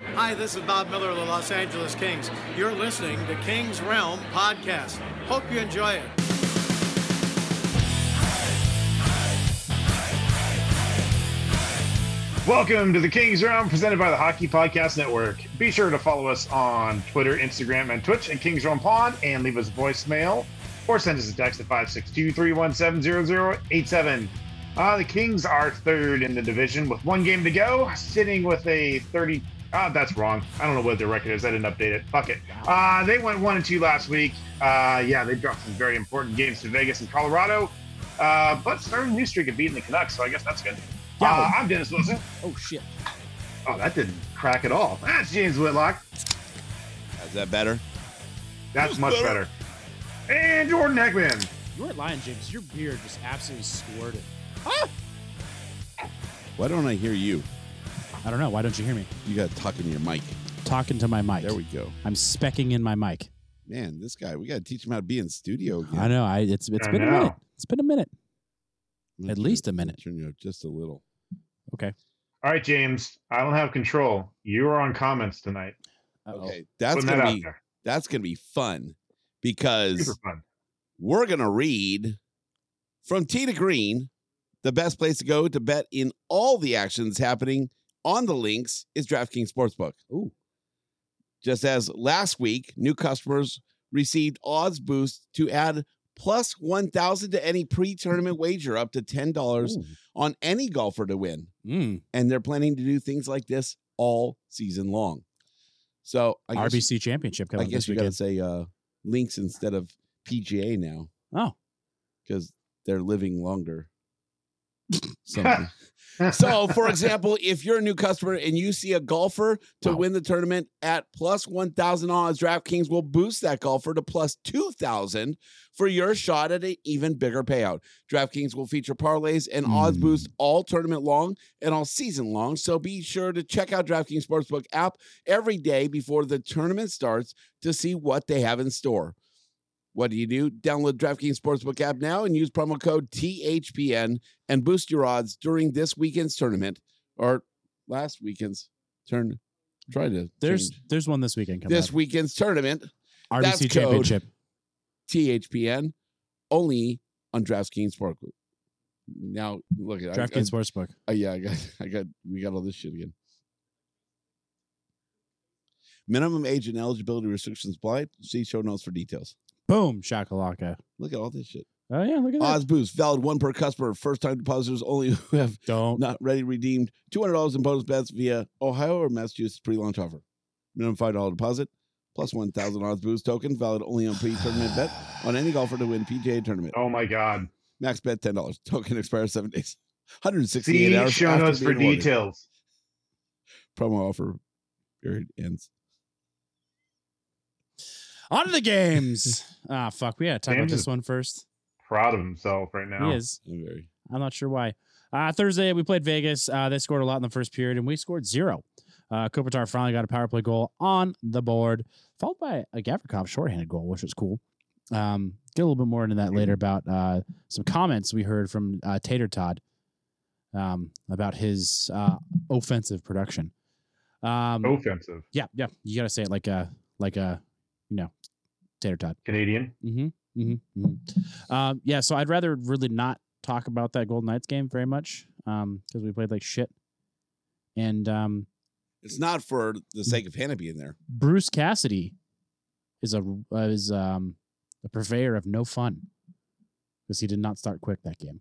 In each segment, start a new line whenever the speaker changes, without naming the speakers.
Hi, this is Bob Miller of the Los Angeles Kings. You're listening to King's Realm Podcast. Hope you enjoy it.
Welcome to the Kings Realm, presented by the Hockey Podcast Network. Be sure to follow us on Twitter, Instagram, and Twitch at Kings Realm Pod, and leave us a voicemail or send us a text at 562 317 0087. Uh, the Kings are third in the division with one game to go, sitting with a 30. Ah, that's wrong. I don't know what their record is. I didn't update it. Fuck it. Uh, they went one and two last week. Uh, yeah, they dropped some very important games to Vegas and Colorado, uh, but started a new streak of beating the Canucks, so I guess that's good. Uh, I'm Dennis Wilson.
Oh shit.
Oh, that didn't crack at all. That's James Whitlock.
Is that better?
That's much better. And Jordan Heckman.
You weren't lying, James. Your beard just absolutely squirted.
Why don't I hear you?
I don't know. Why don't you hear me?
You got to tuck in your mic.
Talking to my mic.
There we go.
I'm specking in my mic.
Man, this guy, we got to teach him how to be in studio again.
I know. I it's it's
I
been
know.
a minute. It's been a minute.
Mm-hmm. I'm gonna
At
turn-
least a
I'm gonna
minute.
Turn you up just a little.
All right, James. I don't have control. You are on comments tonight.
Uh-oh.
Okay, that's
Putting
gonna
that out
be
there.
that's gonna be fun because
Super fun.
we're gonna read from T to Green. The best place to go to bet in all the actions happening on the links is DraftKings Sportsbook. Ooh. Just as last week, new customers received odds boost to add plus 1000 to any pre-tournament wager up to $10
Ooh.
on any golfer to win.
Mm.
And they're planning to do things like this all season long. So I guess,
RBC Championship
I
coming up
guess
this
you got to
weekend.
say uh, links instead of PGA now
Oh,
because they're living longer. Something. so, for example, if you're a new customer and you see a golfer to
Wow.
win the tournament at plus 1,000 odds, DraftKings will boost that golfer to plus 2,000 for your shot at an even bigger payout. DraftKings will feature parlays and odds
Hmm.
boost all tournament long and all season long. So be sure to check out DraftKings Sportsbook app every day before the tournament starts to see what they have in store. What do you do? Download DraftKings Sportsbook app now and use promo code THPN and boost your odds during this weekend's tournament or last weekend's turn. Try to
there's
change.
there's one this weekend coming
this
up.
weekend's tournament
RBC
that's code.
Championship.
THPN only on DraftKings Sportsbook. Now look at I, I,
DraftKings Sportsbook.
Uh, yeah, I got, I got, we got all this shit again. Minimum age and eligibility restrictions applied. See show notes for details.
Boom, shakalaka.
Look at all this shit.
Oh yeah, look at that.
Oz boost valid one per customer. First time depositors only who have
Don't
not ready redeemed two hundred dollars in bonus bets via Ohio or Massachusetts pre-launch offer. Minimum five dollar deposit plus one thousand odds boost token valid only on pre-tournament bet on any golfer to win PGA tournament.
Oh my God.
Max bet ten dollars. Token expires seven days. One hundred sixty-eight
See
hours.
show
after
notes for
being ordered.
details.
Promo offer period ends.
on to the games. ah, fuck. We gotta talk about
James is-
this one first.
Proud of himself right now.
He is.
I'm very
I'm not sure why. Uh, Thursday, we played Vegas. Uh, they scored a lot in the first period, and we scored zero. Uh, Kopitar finally got a power play goal on the board, followed by a Gavrikov shorthanded goal, which was cool. Um, get a little bit more into that later about uh, some comments we heard from uh, Tater Todd um, about his uh, offensive production. Um,
Offensive.
Yeah, yeah. You got to say it like a, like a, you know, Tater Todd.
Canadian.
Mm-hmm. Mm-hmm. mm-hmm. Um, yeah, so I'd rather really not talk about that Golden Knights game very much because we played like shit. And um,
It's not for the sake of Hannah being there.
Bruce Cassidy is a uh, is um, a purveyor of no fun because he did not start quick that game.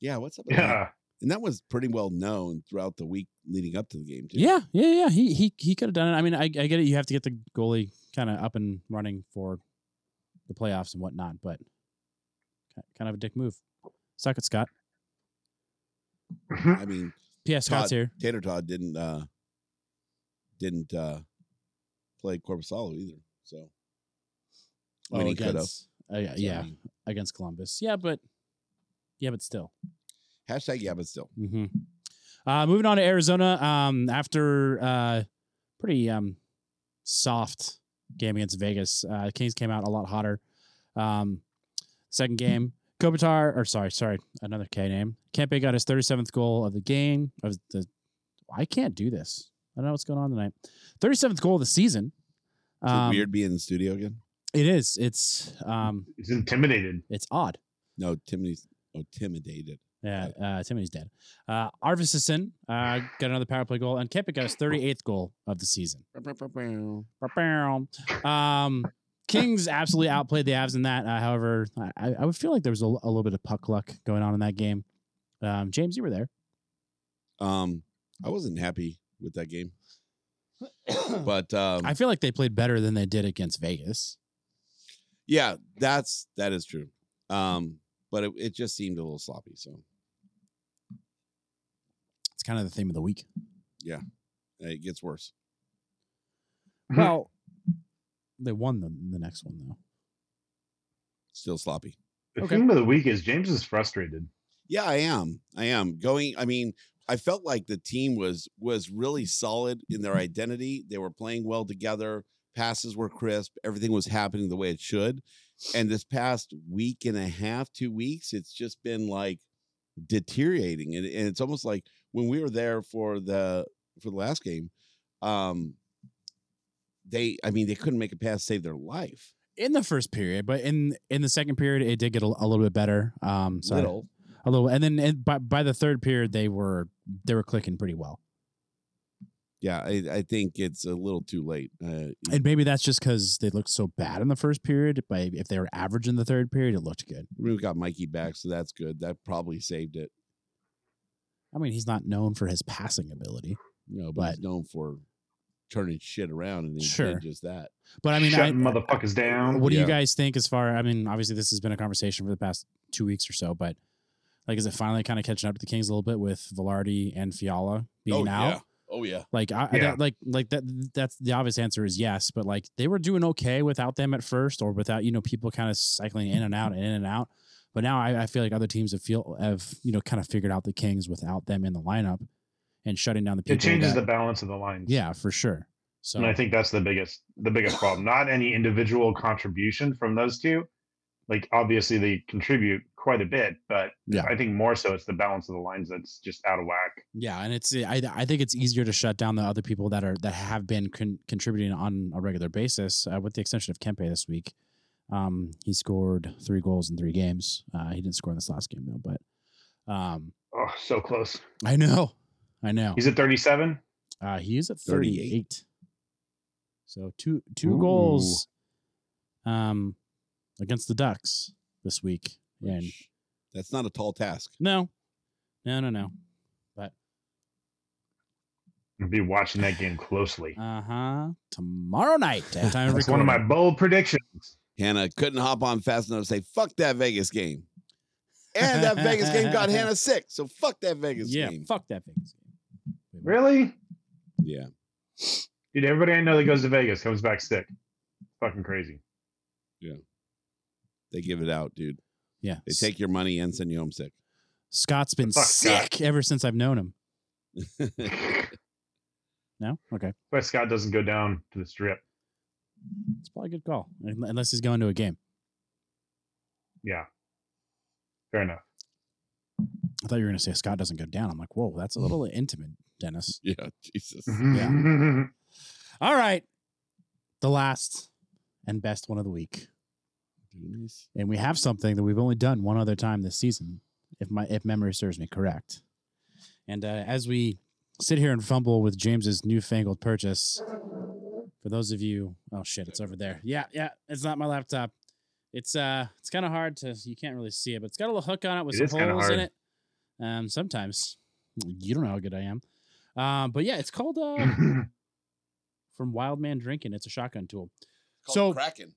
Yeah, what's up? with that?
Yeah.
And that was pretty well known throughout the week leading up to the game, too.
Yeah, yeah, yeah. He he he could have done it. I mean, I, I get it. You have to get the goalie kind of up and running for the playoffs and whatnot, but ki- kind of a dick move. Suck it, Scott.
I mean,
P.S. Scott's
Todd-
here.
Tater Todd didn't uh didn't uh play Corpusalo either. So I mean,
Oh,
he could have.
against- uh, yeah,
So, I
yeah,
mean,
against Columbus. Yeah, but yeah, but still.
hashtag yeah, but still.
hmm Uh, moving on to Arizona. Um, after uh, pretty um, soft game against Vegas, uh, Kings came out a lot hotter. Um, second game, Kopitar, or sorry, sorry, another K name. Kempe got his 37th goal of the game. Of the, I can't do this. I don't know what's going on tonight. 37th goal of the season.
Is it
Um,
weird being in the studio again?
It is. It's um,
It's intimidated.
it's odd.
No, Timothy's intimidated.
Yeah, uh, Timmy's dead. Uh, Arvidsson uh, got another power play goal, and Kepka got his 38th goal of the season. Um, Kings absolutely outplayed the Avs in that. Uh, however, I, I would feel like there was a, l- a little bit of puck luck going on in that game. Um, James, you were there.
Um, I wasn't happy with that game, but um,
I feel like they played better than they did against Vegas.
yeah, that's that is true. Um, but it, it just seemed a little sloppy. So
It's kind of the theme of the week.
it gets worse.
Hmm.
Well, they won the, the next one though.
Still sloppy.
The
Okay.
theme of the week is James is frustrated.
Yeah, I am. I am going. I mean, I felt like the team was was really solid in their identity. They were playing well together. Passes were crisp. Everything was happening the way it should. And this past week and a half, two weeks, it's just been like deteriorating. And, and it's almost like when we were there for the for the last game, um, they I mean they couldn't make a pass to save their life.
In the first period, but in in the second period, it did get a, a little bit better. Um, so I-
Little.
a little, and then and by by the third period, they were they were clicking pretty well.
Yeah, I, I think it's a little too late. Uh,
And maybe that's just because they looked so bad in the first period. But if they were average in the third period, it looked good.
I mean, we got Mikey back, so that's good. That probably saved it.
I mean, he's not known for his passing ability,
You know, but, he's
But-
known for turning shit around and he
Sure.
did just that.
but I mean, I,
Shutting motherfuckers down.
what do
Yeah.
you guys think as far? I mean, obviously, this has been a conversation for the past two weeks or so, but like, is it finally kind of catching up to the Kings a little bit with Velarde and Fiala being out?
yeah. Oh yeah.
Like, I, I-
Yeah.
that, like, like that. That's the obvious answer is yes, but like they were doing okay without them at first, or without you know people kind of cycling in and out and in and out. But now I, I feel like other teams have feel have you know kind of figured out the Kings without them in the lineup and shutting down the people.
It changes
that-
the balance of the lines.
yeah for sure. So
And I think that's the biggest the biggest problem. Not any individual contribution from those two. Like obviously they contribute quite a bit, but
Yeah.
I think more so it's the balance of the lines that's just out of whack.
yeah, and it's I I think it's easier to shut down the other people that are that have been con- contributing on a regular basis uh, with the extension of Kempe this week. Um, he scored three goals in three games. Uh, he didn't score in this last game though, but um,
Oh, so close.
I know, I know.
He's at 37.
Uh, he is at 38.
38.
So two two goals um against the Ducks this week. And
Which- That's not a tall task.
no. No, no, no.
I'll be watching that game closely.
Uh-huh. Tomorrow night at time of
That's one of my
recording.
bold predictions.
Hannah couldn't hop on fast enough to say, fuck that Vegas game. And that Vegas game got Hannah sick. So fuck that Vegas
Yeah,
game.
fuck that Vegas game.
Really?
Yeah.
Dude, everybody I know that goes to Vegas comes back sick. Fucking crazy.
They give it out, dude.
Yeah.
They take your money and send you home sick.
Scott's been
Fuck Scott.
sick ever since I've known him.
That's
No? Okay.
why Scott doesn't go down to the strip.
It's probably a good call. un- Unless he's going to a game.
Yeah. Fair enough.
I thought you were gonna say Scott doesn't go down. I'm like, whoa, that's a little intimate, Dennis.
yeah. Jesus.
Mm-hmm. All right. The last and best one of the week. And we have something that we've only done one other time this season, if my if memory serves me correct. And uh, as we sit here and fumble with James's newfangled purchase, for those of you, oh shit, it's over there. Yeah, yeah, it's not my laptop. It's uh, it's kind of hard to you can't really see it, but it's got a little hook on it with
It is
some
kinda
holes in
hard.
it. Um, sometimes you don't know how good I am. Um, but yeah, it's called uh, from Wild Man Drinking. It's a shotgun tool. So-
Kraken.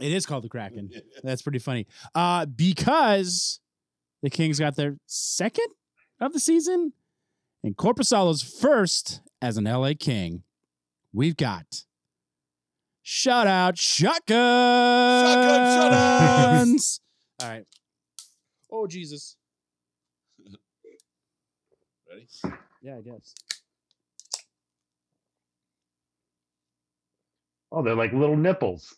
It is called the Kraken. That's pretty funny. Uh, because the Kings got their second of the season and Corpusalo's first as an LA King. We've got shout out shotguns.
shotguns!
All right. Oh Jesus.
Ready?
Yeah, I guess.
Oh, they're like little nipples.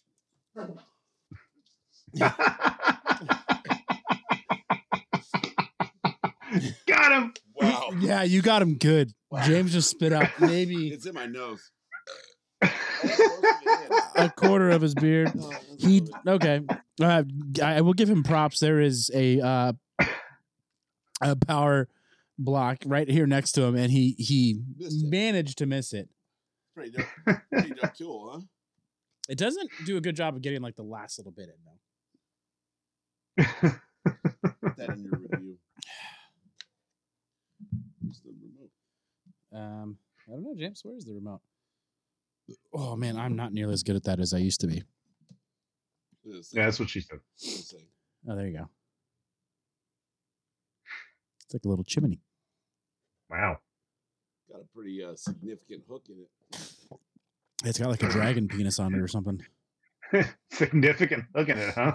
Got him.
Wow.
Yeah, you got him good. James just spit out maybe
It's in my nose.
a quarter of his beard. He okay. Uh, I I will give him props. There is a uh, a power block right here next to him, and he he
Missed it.
managed to miss it.
Pretty dope. Pretty dope tool, huh?
It doesn't do a good job of getting like the last little bit in though.
Put that in your review. Where's the remote?
Um, I don't know, James. Where's the remote? Oh man, I'm not nearly as good at that as I used to be.
This
yeah,
thing.
that's what she said.
This thing.
Oh, there you go. It's like a little chimney.
Wow.
Got a pretty uh, significant hook in it.
It's got like a dragon penis on it or something.
Significant looking at it, huh?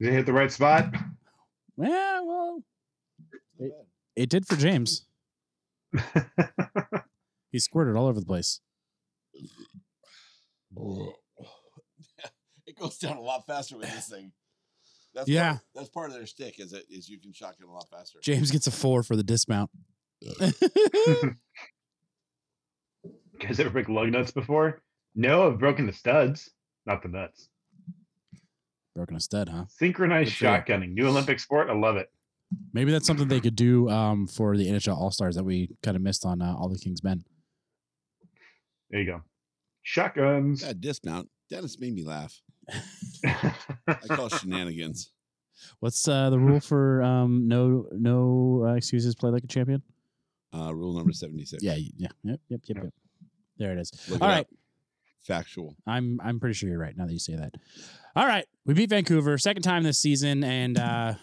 Did it hit the right spot?
Yeah, well,
Not
It- it did for James. He squirted all over the place.
bad. it goes down a lot faster with this thing. That's
Yeah.
Part, that's part of their stick is it is you can shock it a lot faster.
James gets a four for the dismount.
You guys ever break lug nuts before? No, I've broken the studs, not the nuts.
Broken a stud, huh?
Synchronized
Good for you.
shotgunning, new Olympic sport. I love it.
Maybe that's something they could do um, for the NHL All Stars that we kind of missed on uh, All the King's Men.
There you go. Shotguns.
That dismount. Dennis made me laugh. I
I
call shenanigans.
What's uh, the rule for um, no no uh, excuses? Play like a champion.
Uh, rule number seventy six.
Yeah, y- yeah, yep, yep, yep,
Yep.
yep. There it is.
Look it
All right,
up. Factual.
I'm I'm pretty sure you're right now that you say that. All right, we beat Vancouver second time this season, and uh,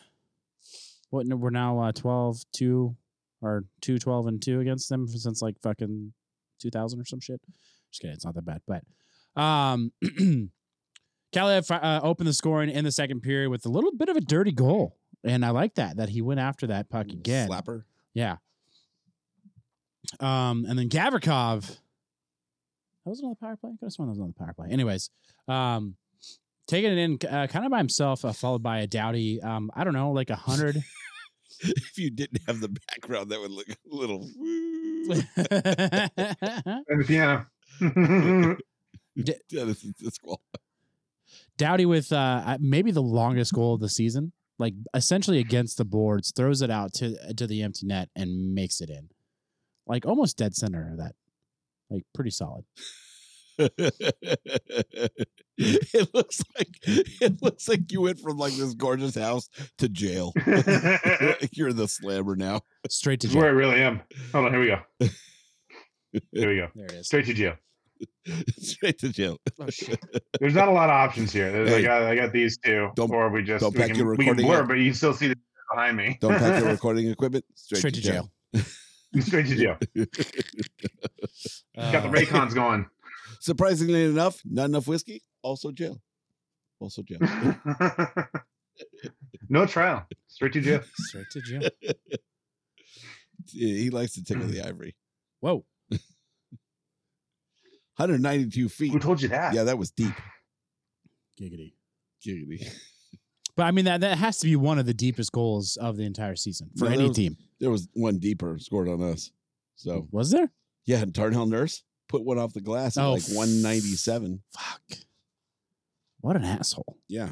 what we're now uh, 12 2 or 2 12 and 2 against them since like fucking 2000 or some shit. Just kidding, it's not that bad, but um, Caleb uh, opened the scoring in the second period with a little bit of a dirty goal, and I like that that he went after that puck again.
Slapper.
Yeah. Um, and then Gavrikov. That wasn't on the power play. I could have sworn that was on the power play. Anyways, um, taking it in uh, kind of by himself, uh, followed by a Dowdy. Um, I don't know, like a hundred.
if you didn't have the background, that would look a little. woo.
the piano.
Dennis is disqualified.
Dowdy with uh, I- maybe the longest goal of the season, like essentially against the boards, throws it out to uh, to the empty net and makes it in, like almost dead center of that, like pretty solid.
it looks like it looks like you went from like this gorgeous house to jail.
this
You're the slammer now.
Straight to
is where I
jail.
really am. Hold on, here we go. Here we go.
There it is.
Straight to jail.
Straight to jail.
Oh, shit.
There's not a lot of options here. There's, I
Hey,
got I got these two.
don't-
or we just
don't
we
back
can,
your
we can
recording
blur,
up.
but you can still see the behind me.
Don't pack your recording equipment. Straight,
Straight to jail.
Straight to jail. Got the
Uh,
Raycons going.
Surprisingly enough, not enough whiskey. Also jail. Also jail.
no trial. Straight to jail.
Straight to jail.
he likes to tickle
Hmm.
the ivory.
Whoa.
192 feet.
Who told you that?
Yeah, that was deep.
Giggity.
Giggity.
But I mean that that has to be one of the deepest goals of the entire season for
No,
any
there was-
team.
There was one deeper scored on us. So
Was there?
yeah, and Darnell Nurse put one off the glass at
Oh,
like 197.
Fuck. What an asshole.
Yeah.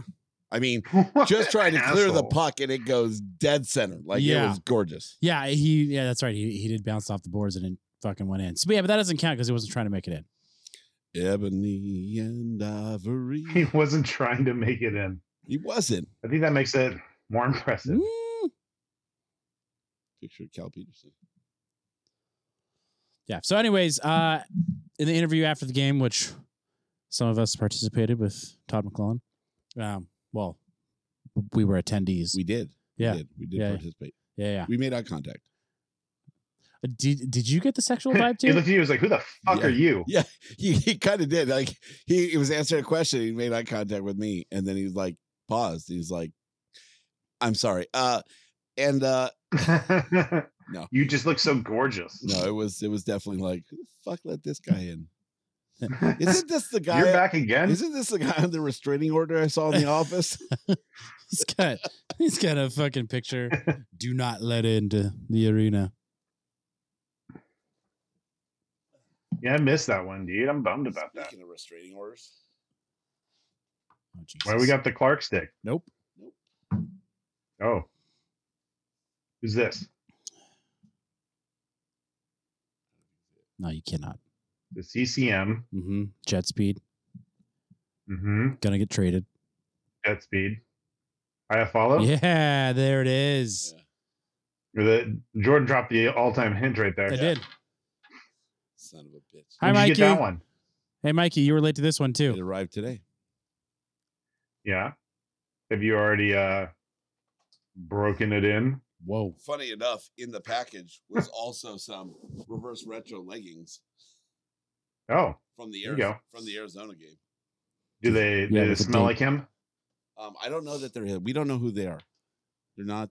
I mean, just trying to clear the puck and it goes dead center. Like it
Yeah.
was gorgeous.
Yeah, he yeah, that's right. He he did bounce off the boards and it fucking went in. So yeah, but that doesn't count because he wasn't trying to make it in.
Ebony and ivory.
He wasn't trying to make it in.
He wasn't.
I think that makes it more impressive.
Mm.
Picture of Cal Peterson.
Yeah. So anyways, uh in the interview after the game, which some of us participated with Todd McClellan. Um, well, we were attendees.
We did.
Yeah.
We did, we did
Yeah.
participate.
yeah, yeah.
We made eye contact.
Did did you get the sexual vibe
he
too?
looked at you and was like, Who the fuck
Yeah.
are you?
Yeah. He, he kind of did. Like he, he was answering a question. He made eye contact with me. And then he was like, paused. He's like, I'm sorry. Uh, and uh, No.
You just look so gorgeous.
no, it was, it was definitely like, who the fuck let this guy in? Isn't this the guy?
You're back again.
Isn't this the guy on the restraining order I saw in the office?
He's got he's got a fucking picture. Do not let into the arena.
Yeah, I missed that one, dude. I'm bummed about that.
Speaking of restraining orders,
Oh,
Why
Jesus.
we got the Clark stick?
Nope.
Oh, who's this?
No, you cannot.
The CCM.
Mm-hmm. Jet speed
Mm-hmm.
gonna get traded.
Jet speed. I follow.
Yeah, there it is.
Or The Jordan dropped the all-time hint right there.
I
Did
did.
son of a bitch,
Hi,
you get
Mikey.
that one?
Hey, Mikey, you were late to this one
it
too.
arrived today.
Yeah. Have you already uh broken it in?
Whoa.
Funny enough, in the package was also some reverse retro leggings
Oh,
from the
There you
Ari-
go.
from the Arizona game.
do they do
Yeah,
they
with the
smell like
dink.
him?
Um, I don't know that they're hit. We don't know who they are. They're not.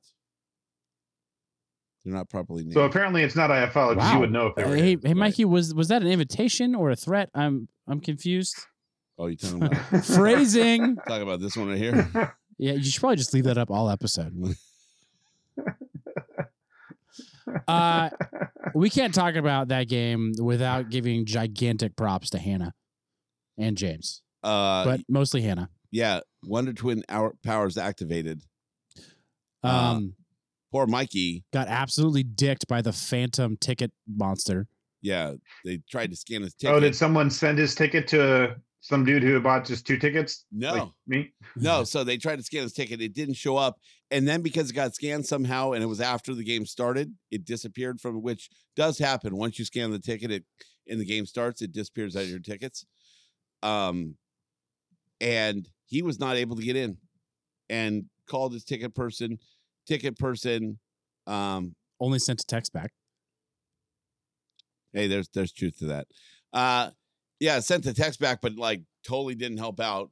They're not properly named.
So apparently it's not IFL because
Wow.
you would know if they were.
Uh, Hey,
him.
hey, Mikey, was was that an invitation or a threat? I'm I'm confused.
oh, you talking about
Phrasing.
talking about this one right here?
Oh,
Yeah, you should probably just leave that up all episode. Uh, we can't talk about that game without giving gigantic props to Hannah and James,
Uh,
but mostly Hannah.
yeah, Wonder Twin our powers activated.
Um,
uh, Poor Mikey.
got absolutely dicked by the phantom ticket monster.
Yeah, they tried to scan his ticket.
oh, did someone send his ticket to some dude who bought just two tickets?
No.
Like me.
No, so they tried to scan his ticket. It didn't show up. And then because it got scanned somehow and it was after the game started, it disappeared from which does happen. Once you scan the ticket it, and the game starts, it disappears out of your tickets. Um, and he was not able to get in and called his ticket person. Ticket person, um,
Only sent a text back.
hey, there's there's truth to that. Uh yeah, sent the text back, but like totally didn't help out.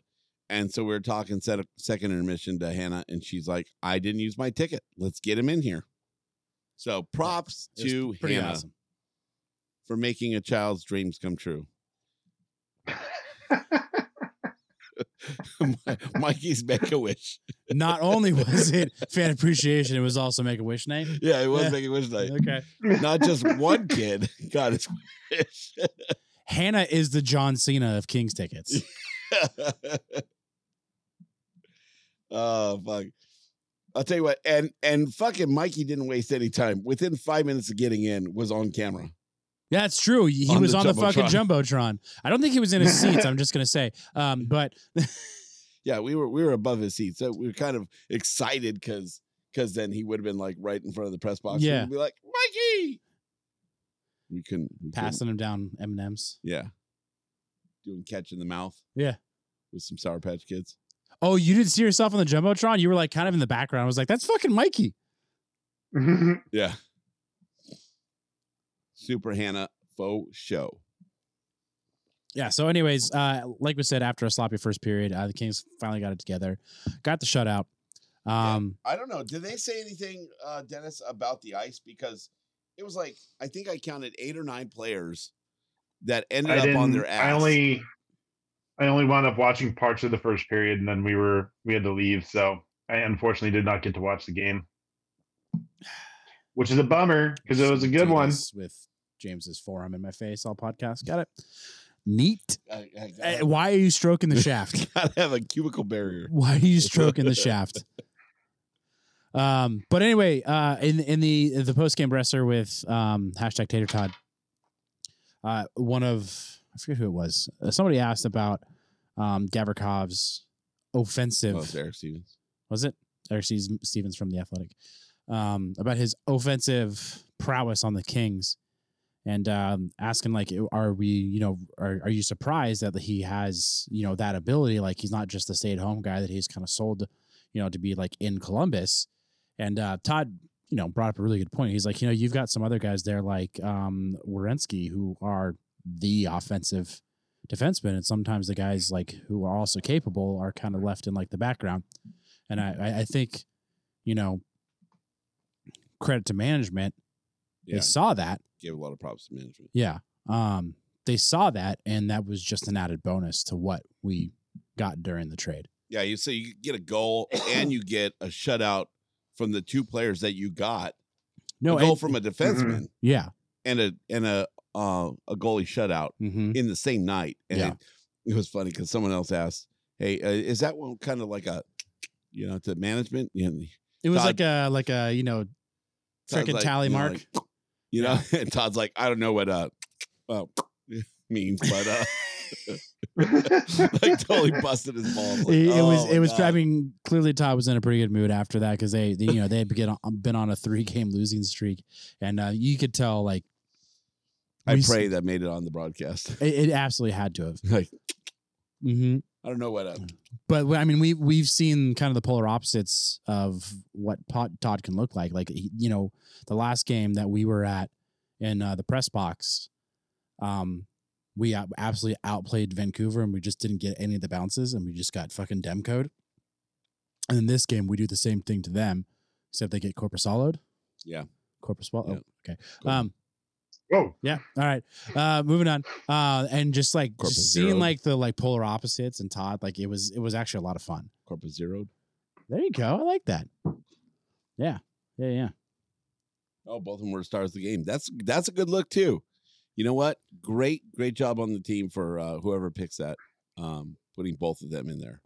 And so we were talking set second intermission to Hannah, and she's like, I didn't use my ticket. Let's get him in here. So props
It was
to
pretty
Hannah
awesome.
for making a child's dreams come true. Mi- Mikey's make a wish.
Not only was it fan appreciation, it was also Make a Wish night.
Yeah, it was
Yeah.
make a wish night.
Okay,
Not just one kid got his wish.
Hannah is the John Cena of Kings tickets.
oh fuck. I'll tell you what, and and fucking Mikey didn't waste any time. Within five minutes of getting in, was on camera.
Yeah, That's true. He
On
was
the
on the fucking jumbotron. I don't think he was in his seats. I'm just gonna say, um, but
Yeah, we were we were above his seat, so we were kind of excited because because then he would have been like right in front of the press box.
Yeah.
and be like Mikey. We couldn't we couldn't.
passing him down M and M's.
Yeah, doing catch in the mouth.
Yeah.
with some Sour Patch Kids.
Oh, you didn't see yourself on the jumbotron. You were like kind of in the background. I was like, that's fucking Mikey.
Yeah, Super Hannah faux show.
Yeah. So, anyways, uh, like we said, after a sloppy first period, uh, the Kings finally got it together, got the shutout. Um,
I don't know. Did they say anything, uh, Dennis, about the ice? Because it was like I think I counted eight or nine players that ended
I
up on
didn't.
their ass.
I only. I only wound up watching parts of the first period, and then we were we had to leave, so I unfortunately did not get to watch the game, which is a bummer because it was a good
do
one.
this With James's forearm in my face, all podcast. Got it. Neat.
I, I gotta,
Eh,
Uh,
have,
why are you stroking the shaft?
gotta have a cubicle barrier.
Why are you stroking the shaft? Um, but anyway, uh, in in the the post game presser with um, hashtag Tater Todd, uh, one of I forget who it was. Uh, somebody asked about um, Gavrikov's offensive
Oh, it's Eric Stevens.
was it Eric Steves- Stevens from the Athletic um, about his offensive prowess on the Kings and um, asking like, are we, you know, are, are you surprised that he has, you know, that ability? Like he's not just the stay at home guy that he's kind of sold, you know, to be like in Columbus. And uh, Todd, you know, brought up a really good point. He's like, you know, you've got some other guys there like um, Werenski who are the offensive defensemen, and sometimes the guys like who are also capable are kind of left in like the background. And I, I- I think, you know, credit to management,
Yeah,
they saw that.
gave a lot of props to management.
Yeah. Um, they saw that, and that was just an added bonus to what we got during the trade.
Yeah, you so you get a goal and you get a shutout from the two players that you got.
No,
a goal
and-
from a
Mm-hmm.
defenseman
yeah,
and a and a uh, a goalie shutout
hmm
in the same night. And
Yeah.
it, it was funny because someone else asked, "Hey, uh, is that one kind of like a, you know, to management?" You know,
it was
Todd-
like a like a you know
Todd's
frickin'
like-
tally
you know,
mark.
like, you know, and Todd's like, "I don't know what uh, uh means, but uh, like totally busted his balls." Like,
it, it was
"Oh my
it was. I
God."
mean, clearly Todd was in a pretty good mood after that because they, they, you know they had been on, been on a three game losing streak, and uh, you could tell like
I
we s-
pray that made it on the broadcast.
it, it absolutely had to have.
like,
Mm-hmm.
I don't know what uh,
but I mean, we we've seen kind of the polar opposites of what Pot, Todd can look like. Like he- you know, the last game that we were at in uh, the press box, um, we out- absolutely outplayed Vancouver, and we just didn't get any of the bounces, and we just got fucking demcoed. And in this game, we do the same thing to them, except they get corpusoloed.
Yeah.
corpusoloed.
Yeah.
okay.
Cool.
Um,
Whoa.
yeah. All right. Uh moving on. Uh and just like
Corpus
just
Zero.
seeing like the like polar opposites and Todd, like it was it was actually a lot of fun.
corpus zeroed.
There you go. I like that. Yeah. Yeah, yeah.
Oh, both of them were stars of the game. That's that's a good look too. You know what? Great, great job on the team for uh, whoever picks that. Um, putting both of them in there.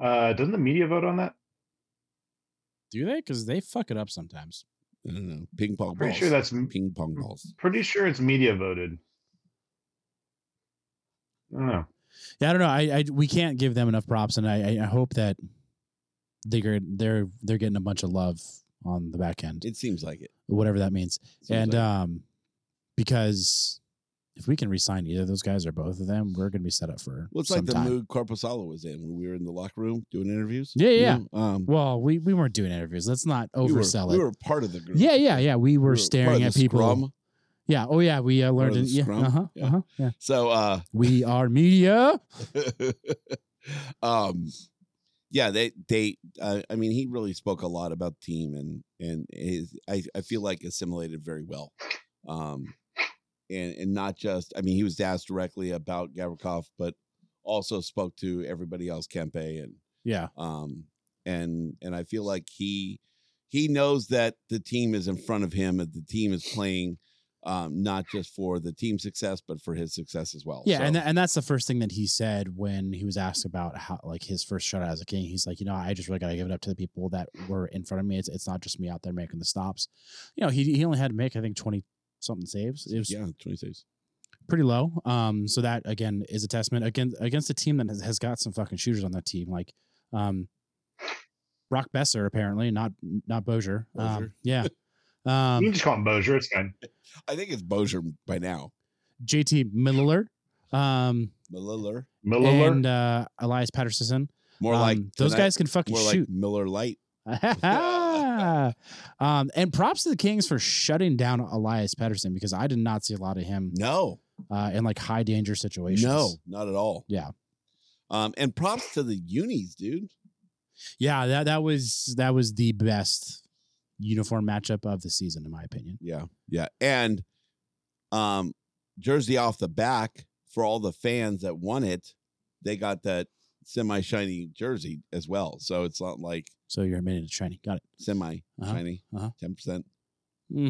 Uh, doesn't the media vote on that?
Do they? Because they fuck it up sometimes.
I don't know. Mm-hmm. Ping pong
Pretty
balls.
sure that's m-
ping
Mm-hmm.
pong balls.
pretty sure it's media voted. I don't know.
Yeah, I don't know. I, I we can't give them enough props, and I I- I hope that they're they're they're getting a bunch of love on the back end,
It seems like it.
whatever that means.
Seems
and
like
um, because if we can resign either of those guys or both of them, we're gonna be set up for
it. well, it's
some
like the
time.
mood Corpusalo was in when we were in the locker room doing interviews.
Yeah,
you
yeah.
know? Um,
Well, we, we weren't doing interviews. Let's not
we were-
oversell
We
it.
were part of the group.
yeah, yeah, yeah. We were,
We were part
staring
of
at
the
people.
scrum.
Yeah. Oh, yeah. We uh, learned. it.
of the
yeah.
scrum.
Uh huh.
Yeah.
Uh huh. Yeah.
So uh,
We are media.
um yeah they they uh, i mean he really spoke a lot about the team and and his, I, I feel like assimilated very well um and and not just i mean he was asked directly about gavrikov but also spoke to everybody else kempe and
Yeah.
um and and i feel like he he knows that the team is in front of him and the team is playing um not just for the team success but for his success as well
Yeah.
So-
And tha- and that's the first thing that he said when he was asked about how like his first shutout as a king. He's like, you know, I just really got to give it up to the people that were in front of me. It's it's not just me out there making the stops. You know, he he only had to make I think twenty something saves. It was
yeah 20 saves
pretty low. Um, so that again is a testament against against a team that has, has got some fucking shooters on that team, like um, Brock Besser apparently, not not Bozier.
Bozier.
Um, yeah,
you can
um,
just call him Bozier. It's fine.
I think it's Bozier by now.
JT Miller, um,
Miller,
Miller.
and uh, Elias Patterson.
more like
Um, those
tonight,
guys can fucking
More
shoot.
like Miller Light.
um, and props to the Kings for shutting down Elias Patterson because I did not see a lot of him
No,
uh, in like high danger situations.
no, not at all.
Yeah.
Um, and props to the unis, dude.
Yeah, that that was that was the best uniform matchup of the season, in my opinion.
Yeah, yeah, and um, jersey off the back for all the fans that won it. They got that semi shiny jersey as well, so it's not like
So you're admitting it's shiny. Got Mm. it.
semi
Uh-huh,
shiny,
uh-huh.
ten percent.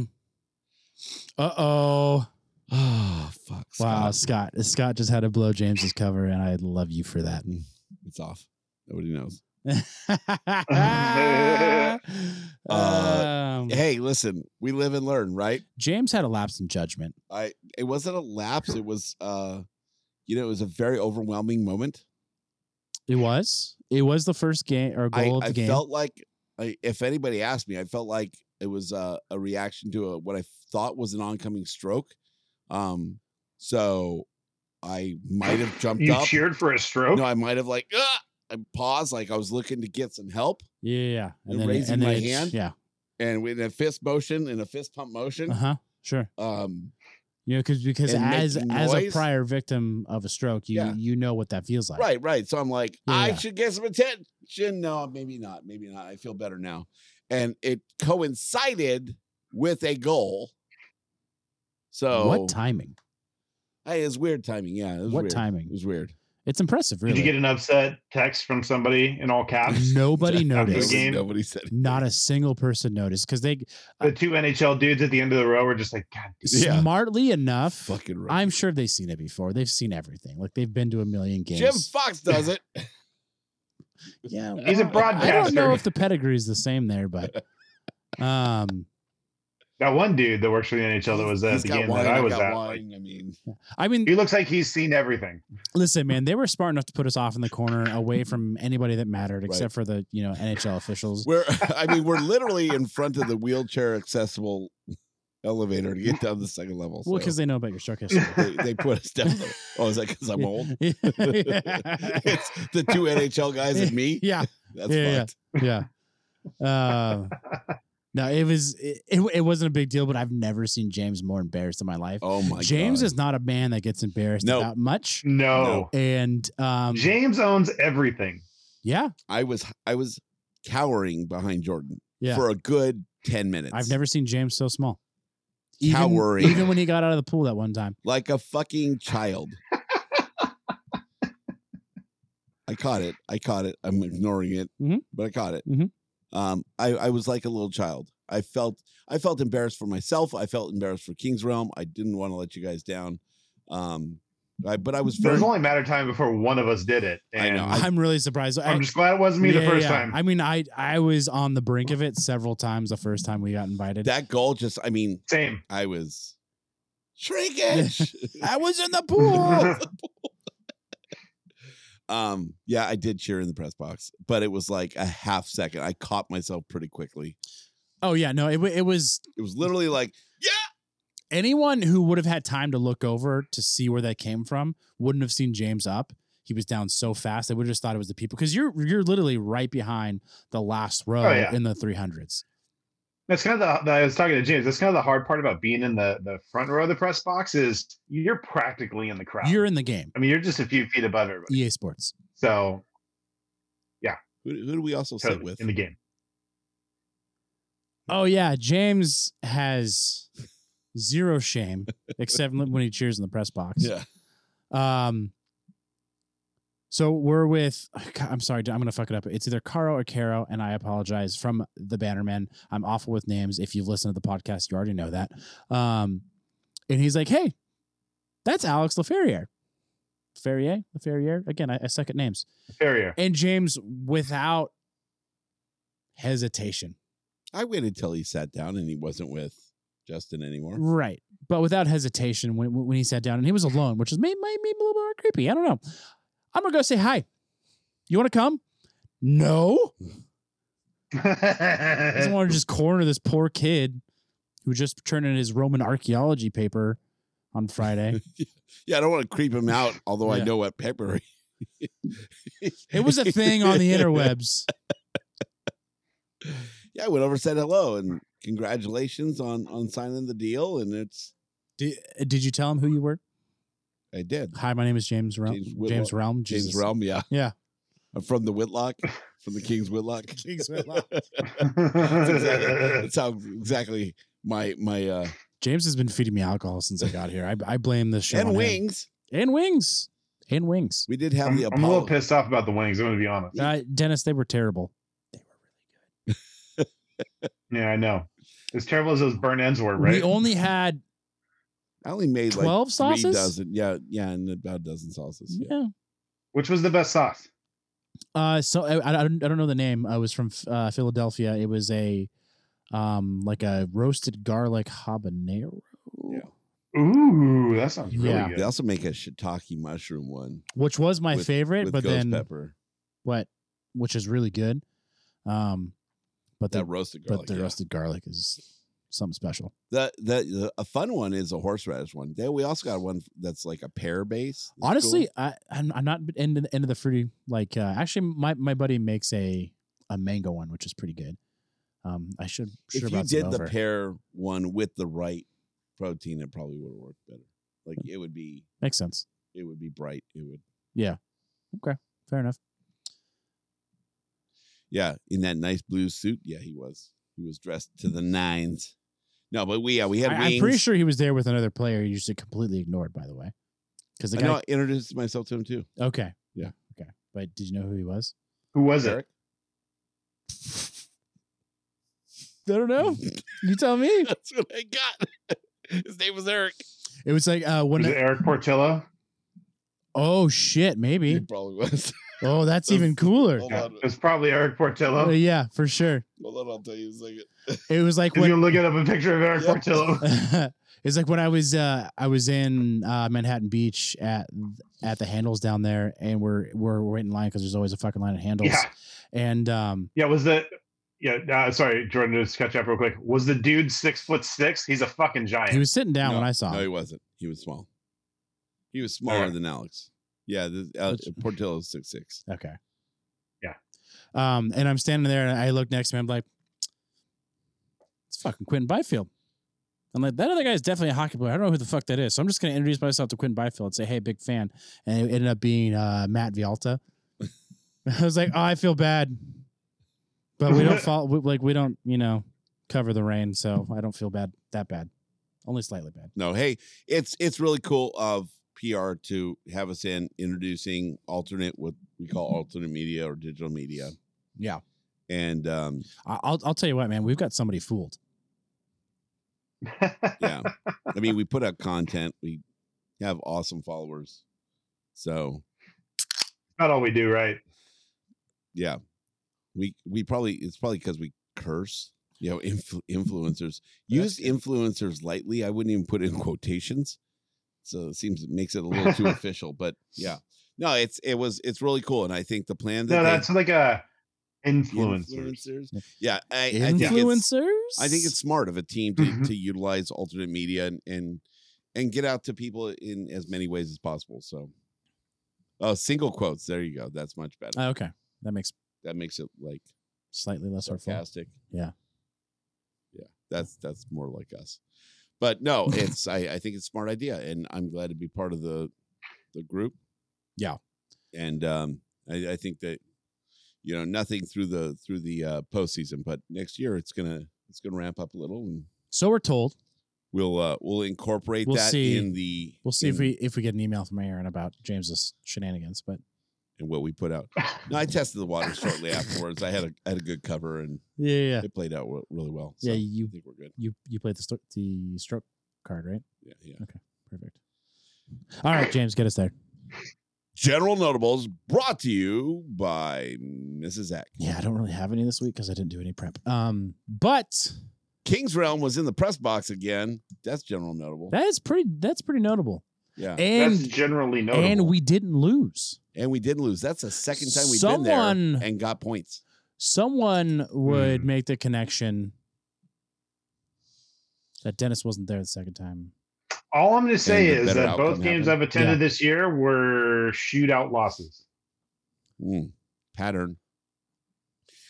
Uh oh.
Oh fuck!
Wow,
Scott.
Scott. Scott just had to blow James's cover, and I love you for that.
it's off. Nobody knows. Uh,
um,
Hey, listen, we live and learn, right?
James had a lapse in judgment.
I it wasn't a lapse. It was uh you know, it was a very overwhelming moment.
It was. It was the first game or
I,
goal of the
I
game.
felt like I, if anybody asked me, I felt like it was a, a reaction to a, what I thought was an oncoming stroke. Um so I might have jumped
You
up.
cheered for a stroke.
No, I might have like ah! I paused like I was looking to get some help
yeah, yeah, yeah.
And raising my
it's-
hand?
Yeah.
and with a fist motion and a fist pump motion.
Uh huh. Sure.
Um
You know, cause, because
And
as
making
as a
noise?
prior victim of a stroke, you
Yeah.
you know what that feels like.
Right, right. So I'm like,
Yeah,
I
yeah.
should get some attention. No, maybe not. Maybe not. I feel better now. And it coincided with a goal. So
what timing?
Hey, it's weird timing. Yeah. It was
What
weird.
timing?
It was weird.
It's impressive,
Did
really. Mm,
you get an upset text from somebody in all caps?
Nobody
After the
noticed.
game?
Nobody said it.
Not a single person noticed because they
The two NHL dudes at the end of the row were just like, God,
Yeah.
smartly enough.
fucking right.
I'm sure they've seen it before. They've seen everything. Like they've been to a million games.
Jim Fox does it.
yeah,
He's a
well, Uh, I- I don't know
broadcaster.
if the pedigree is the same there, but um,
that one dude that works for the NHL that was at
He's
the
got
game
wine,
that I was
got
at. like,
wine. I mean,
I mean,
he looks like he's seen everything.
listen, man, they were smart enough to put us off in the corner, away from anybody that mattered,
Right.
except for the you know NHL officials.
We're I mean, we're literally in front of the wheelchair accessible elevator to get down to the second level.
Well,
so
because they know about your stroke history.
they, they put us down. The, oh, is that because I'm old?
yeah,
it's the two NHL guys and me.
yeah,
That's
Yeah, yeah.
fucked.
yeah. Uh, no, it was it, it, it wasn't a big deal, but I've never seen James more embarrassed in my life.
Oh my
James
God.
is not a man that gets embarrassed
No.
about much.
No.
And um,
James owns everything.
yeah,
I was I was cowering behind Jordan
yeah.
for a good ten minutes.
I've never seen James so small.
Cowering.
even when he got out of the pool that one time.
like a fucking child. I caught it. I caught it. I'm ignoring it,
Mhm.
but I caught it.
Mhm.
Um, I, I was like a little child. I felt I felt embarrassed for myself. I felt embarrassed for King's Realm. I didn't want to let you guys down. Um, I, but I was
It
very
was only a matter of time before one of us did it.
I
And
know.
I
I'm really surprised. I-
am just glad it wasn't me the
yeah,
first
yeah.
time.
I mean, I I was on the brink of it several times the first time we got invited.
that goal. Just I mean,
Same.
I was shrinkage.
I was in the
um, yeah, I did cheer in the press box, but it was like a half second. I caught myself pretty quickly.
oh yeah, no, it wa- it was
It was literally like,
anyone who would have had time to look over to see where that came from wouldn't have seen James up. He was down so fast they would have just thought it was the people because you're you're literally right behind the last row
Oh, yeah.
in the 300s.
That's kind of the, I was talking to James. That's kind of the hard part about being in the, the front row of the press box is you're practically in the crowd.
You're in the game.
I mean, you're just a few feet above everybody.
EA Sports.
So
who, who do we also sit
totally,
with?
in the game.
Oh yeah, James has zero shame except when he cheers in the press box.
Yeah.
Um. So we're with. I'm sorry, I'm gonna fuck it up. It's either Caro or Caro, and I apologize from the Bannerman. I'm awful with names. If you've listened to the podcast, you already know that. Um, and he's like, "Hey, that's Alex Laferriere, Ferrier, Laferriere." Again, I, I suck at names.
Farrier.
And James, without hesitation,
I waited till he sat down and he wasn't with Justin anymore.
Right. But without hesitation, when, when he sat down and he was alone, which is may might be a little more creepy. I don't know. I'm gonna go say hi. You want to come? No. I doesn't want to just corner this poor kid who just turned in his Roman archaeology paper on Friday.
Yeah, I don't want to creep him out, although I
Yeah.
know what pepper.
it was a thing on the interwebs.
Yeah, I went over, said hello, and congratulations on on signing the deal. And it's
Did, did you tell him who you were?
I did
Hi, my name is James Realm.
James
James,
Whitlock.
Realm.
James
Oh, Jesus.
Realm. Yeah,
Yeah.
I'm from the Whitlock, from the King's Whitlock.
James Whitlock.
That's exactly, that's how exactly my my uh
James has been feeding me alcohol since I got here. I, I blame this show. on
and
him.
wings.
And wings. And wings.
We did have
I'm,
the
I'm a little
Apollo.
pissed off about the wings. I'm going to be honest.
Uh, Dennis, they were terrible. They were
Yeah, I know. As terrible as those burn ends were,
really
right?
good. We only had
I only made like
12 sauces?
three dozen. Yeah, yeah, and about a dozen sauces. Yeah.
yeah.
Which was the best sauce?
Uh, so I, I, don't- I don't know the name. I was from uh, Philadelphia. It was a um like a roasted garlic habanero.
Yeah.
Ooh, that sounds really
Yeah.
good.
They also make a shiitake mushroom one.
Which was my
with-
favorite,
with
but
ghost
then
pepper,
what which is really good. Um but
that
the
roasted
but
garlic.
the
yeah.
roasted garlic is something special.
the, the, the- a fun one is a horseradish one. Then we also got one that's like a pear base. That's
Honestly,
cool.
I I'm, I'm not into the- into the fruity like uh, actually my my buddy makes a a mango one which is pretty good. Um I should should
if
have
you
brought some
did the
over.
pear one with the right protein, it probably would have worked better. Like it would be,
Makes sense.
it would be bright. It would,
Fair enough.
yeah, in that nice blue suit. Yeah, he was, he was dressed to the nines. No, but we, yeah, we had
I,
wings.
am pretty sure he was there with another player. You just completely ignored, by the way. Because the
I
guy.
know I introduced myself to him too.
okay.
Yeah.
Okay. But did you know who he was?
Who was it?
Eric?
I don't know. you tell me.
That's what I got. His name was Eric.
It was like uh when
Was it Eric Portillo?
oh shit,
He
maybe.
probably was.
Oh, that's even cooler.
Hold
Yeah,
on.
it was probably Eric
Uh,
Portillo. He's
yeah, for sure.
Hold on, I'll tell you in a second.
It was like
gonna
when
look it up a picture of Eric
Yeah.
Portillo.
it's like when I was uh I was in uh Manhattan Beach at at the handles down there and we're we're waiting in line because there's always a fucking line at handles.
Yeah,
And um
yeah. Was the yeah? Uh, sorry, Jordan, just catch up real quick. Was the dude six foot six? He's a fucking giant.
he was sitting down
no,
when I saw
No, he
him.
wasn't. He was small. He was smaller
right.
than Alex. Yeah, this, uh,
That's-
Portillo's six six.
Okay.
Yeah.
Um and I'm standing there and I look next to him I'm like it's fucking Quentin Byfield. I'm like, that other guy is definitely a hockey player. I don't know who the fuck that is. So I'm just going to introduce myself to Quentin Byfield and say, hey, big fan. And it ended up being uh, Matt Vialta. I was like, oh, I feel bad. But we don't fall, we, like, we don't, you know, cover the rain. So I don't feel bad that bad. Only slightly bad.
No, hey, it's it's really cool of PR to have us in introducing alternate what we call alternate media or digital media,
Yeah.
and um,
I- I'll, I'll tell you what, man, we've got somebody fooled.
yeah, I mean we put out content, we have awesome followers, so
Not all we do, right?
yeah, we we probably it's probably because we curse, you know, influ- influencers use influencers lightly. I wouldn't even put it in quotations, so it seems it makes it a little too official, but yeah, no, it's it was it's really cool, and I think the plan that
No,
they-
that's like a influencer.
influencers.
Yeah.
Yeah, I, I think it's
Influencers?
I think it's smart of a team
Mm-hmm.
to,
Mhm.
to utilize alternate media and, and and get out to people in as many ways as possible. So, oh, single quotes. There you go. That's much better.
Oh, okay. That makes
that makes it like
slightly less hurtful.
sarcastic.
Yeah.
yeah. That's that's more like us. But no, it's I I think it's a smart idea, and I'm glad to be part of the the group.
Yeah.
and um, I, I think that you know nothing through the through the uh, postseason, but next year it's gonna it's gonna ramp up a little, and
So we're told.
we'll uh, we'll incorporate
We'll
that
see.
in the
We'll see if
in-
we if we get an email from Aaron about James's shenanigans, but
in what we put out. No, I tested the water shortly afterwards. I had a I had a good cover, and
yeah, yeah, yeah.
it played out w- really well.
Yeah,
so
you-
I think we're good.
You you played the sto- the stroke card, right?
Yeah, yeah.
Perfect. All right, James, get us there.
General Notables brought to you by Mrs. Eck.
Yeah, I don't really have any this week because I didn't do any prep. Um, but
King's Realm was in the press box again. That's General Notable.
that is pretty. That's pretty notable.
yeah.
That's
And
generally notable.
and we didn't lose.
And we did lose. That's the second time we've been
Someone-
there and got points.
Someone would
Hmm.
make the connection that Dennis wasn't there the second time.
All I'm going to say
And the
is
better
that both
outcome
games
happened.
I've attended this year were shootout losses.
Mm, pattern.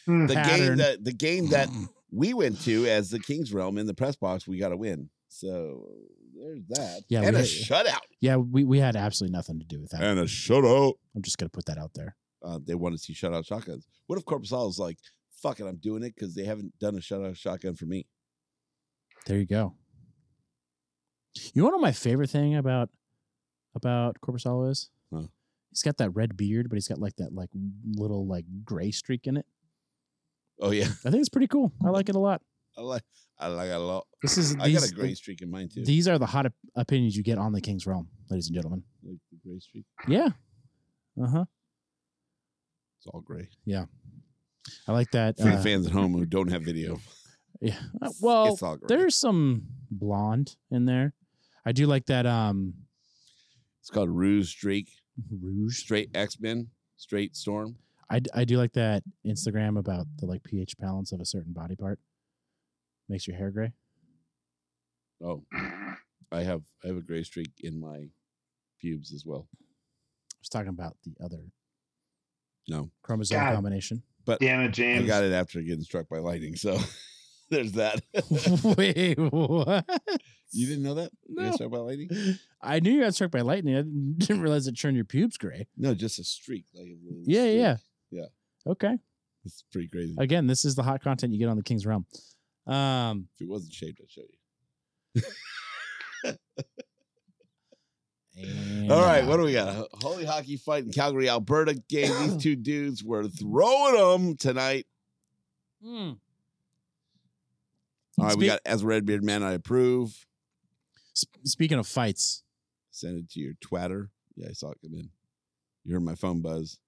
Hmm.
The game
Pattern.
that the game that
Mm.
we went to as the King's Realm in the press box, we got to win. So there's that.
Yeah, we
and a
had-
shutout.
Yeah, we, we had absolutely nothing to do with that.
a shutout.
I'm just gonna put that out there.
Uh, they want to see shutout shotguns. What if Corpusal is like, fuck it, I'm doing it because they haven't done a shutout shotgun for me?
There you go. You want to know my favorite thing about about Corpusalo is?
Huh.
He's got that red beard, but he's got like that like little like gray streak in it.
Oh yeah,
I think it's pretty cool. I like it a lot.
I like I like it a lot.
This is
I got
these,
a gray streak in mine too.
these are the hot op- opinions you get on the King's Realm, ladies and gentlemen.
like the gray streak.
Yeah. Uh huh.
It's all gray.
I like that.
For the
uh,
fans at home who don't have video,
yeah. Uh, Well,
it's all gray.
there's some blonde in there. I do like that. Um,
it's called Rouge Streak,
rouge.
Straight X Men, Straight Storm.
I, d- I do like that Instagram about the like pH balance of a certain body part makes your hair gray.
Oh, I have I have a gray streak in my pubes as well.
I was talking about the other
No,
chromosome
God.
combination.
Damn it,
I
James.
got it after getting struck by lightning. So there's that.
Wait, what?
you didn't know that? You
No.
got struck by lightning?
I knew you got struck by lightning. I didn't didn't realize it turned your pubes gray.
No, just a streak. Like a little
Yeah,
streak.
yeah,
Yeah.
Okay.
It's pretty crazy.
Again, this is the hot content you get on the King's Realm. Um,
if it wasn't shaved, I'd show you.
And,
All right,
uh,
what do we got? Holy hockey fight in Calgary, Alberta. Game. These two dudes were throwing them tonight.
hmm.
All right, we
Speak-
got as a red beard man. I approve.
Sp- speaking of fights,
Send it to your twatter. Yeah, I saw it come in. You heard my phone buzz.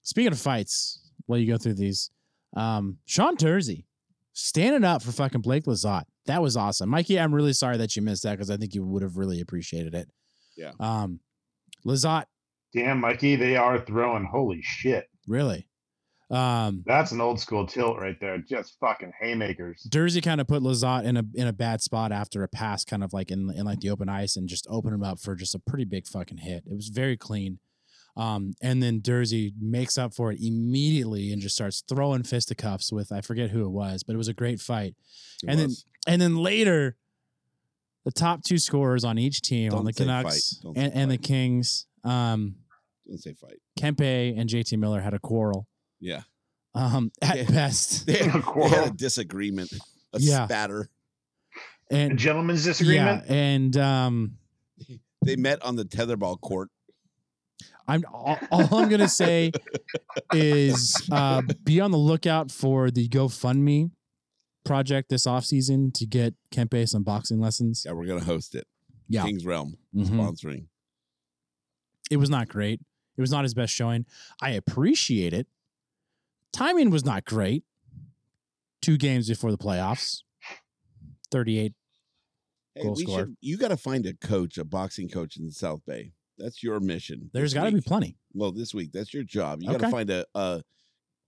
speaking of fights, while you go through these, um, Sean Tursey standing up for fucking Blake Lazat. That was awesome, Mikey. I'm really sorry that you missed that because I think you would have really appreciated it.
Yeah.
Um, Lazat,
Damn, Mikey, they are throwing. Holy shit.
really. Um,
That's an old school tilt right there. Just fucking haymakers.
Dursey kind of put Lazat in a in a bad spot after a pass, kind of like in in like the open ice, and just opened him up for just a pretty big fucking hit. It was very clean. Um, and then Dursey makes up for it immediately and just starts throwing fisticuffs with I forget who it was, but it was a great fight.
It
And then
was.
And then later, the top two scorers on each team on
Don't
the
say fight.
Canucks
Don't say
and, and the
fight.
Kings, um,
don't say fight.
Kempe and JT Miller had a quarrel
Yeah,
um, at
Yeah.
best,
they had, they had a
Quarrel.
disagreement, a
Yeah.
spatter.
A
and
gentleman's
yeah,
disagreement.
and um,
They met on the tetherball court.
I'm all, all I'm gonna say is uh, be on the lookout for the GoFundMe project this offseason to get Kempe some boxing lessons.
Yeah, we're gonna host it.
Yeah,
King's Realm
Mhm.
sponsoring.
it was not great. It was not his best showing. I appreciate it. Timing was not great. Two games before the playoffs, thirty-eight.
Hey,
Goal
we
scorer.
should. You got to find a coach, a boxing coach in the South Bay. That's your mission.
There's
this
got to be
week.
plenty.
well this week. That's your job. You got
Okay.
to find a, a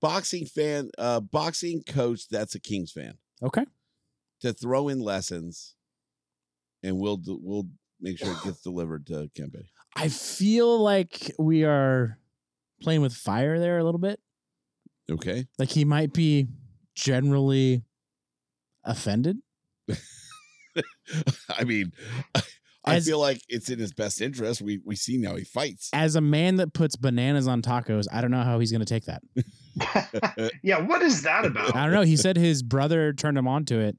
boxing fan, a boxing coach that's a Kings fan
Okay,
to throw in lessons, and we'll d- we'll make sure it gets delivered to Kempe.
I feel like we are playing with fire there a little bit.
Okay.
like he might be generally offended.
I mean, I, I
As-
feel like it's in his best interest. We we see now he fights.
As a man that puts bananas on tacos, I don't know how he's going to take that.
Yeah. what is that about?
I don't know. He said his brother turned him onto it.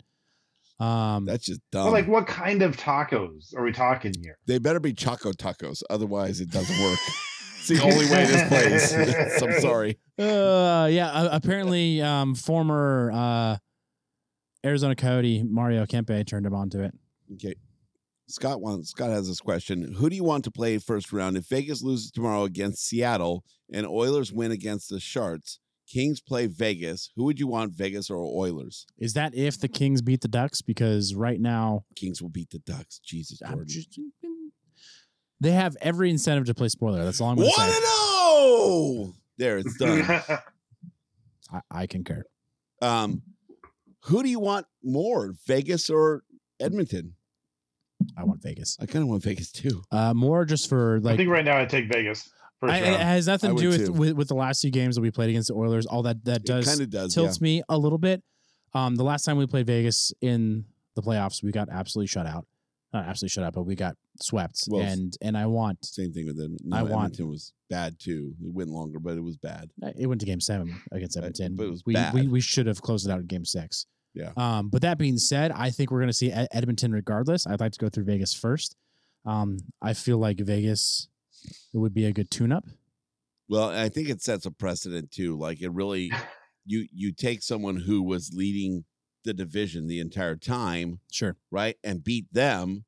Um,
That's just
Or,
dumb.
like, what kind of tacos are we talking here?
they better be choco tacos, otherwise it doesn't work. it's the only way this plays. I'm sorry.
uh, yeah. Uh, apparently, um, former uh, Arizona Coyote Mario Kempe turned him onto it.
Okay. Scott wants Scott has this question. Who do you want to play first round? If Vegas loses tomorrow against Seattle and Oilers win against the Sharks, Kings play Vegas. Who would you want, Vegas or Oilers?
Is that if the Kings beat the Ducks? Because right now,
Kings will beat the Ducks. Jesus, Jordan.
I'm just, they have every incentive to play spoiler. That's all I'm going to
One
say.
and oh! There, it's done.
I, I concur.
um, who do you want more, Vegas or Edmonton?
I want Vegas.
I kind of want Vegas too.
Uh, more just for
I
like
think right now I take Vegas. First
I, it
round.
has
I
nothing to
would
do with,
too.
with with the last few games that we played against the Oilers. All that that
it kind
does
of does. Yeah.
tilts me a little bit. Um, the last time we played Vegas in the playoffs, we got absolutely shut out. Not absolutely shut out, but we got swept.
Well,
and and I want
Same thing with them. No,
I want-
Edmonton was bad too. It went longer, but it was bad.
it went to game seven against
Right,
Edmonton.
but it was
we,
bad.
we we should have closed it out in game six.
Yeah.
Um, but that being said, I think we're going to see Ed- Edmonton regardless. I'd like to go through Vegas first. Um, I feel like Vegas would be a good tune-up.
Well, I think it sets a precedent too. Like it really, you you take someone who was leading the division the entire time,
Sure.
right, and beat them.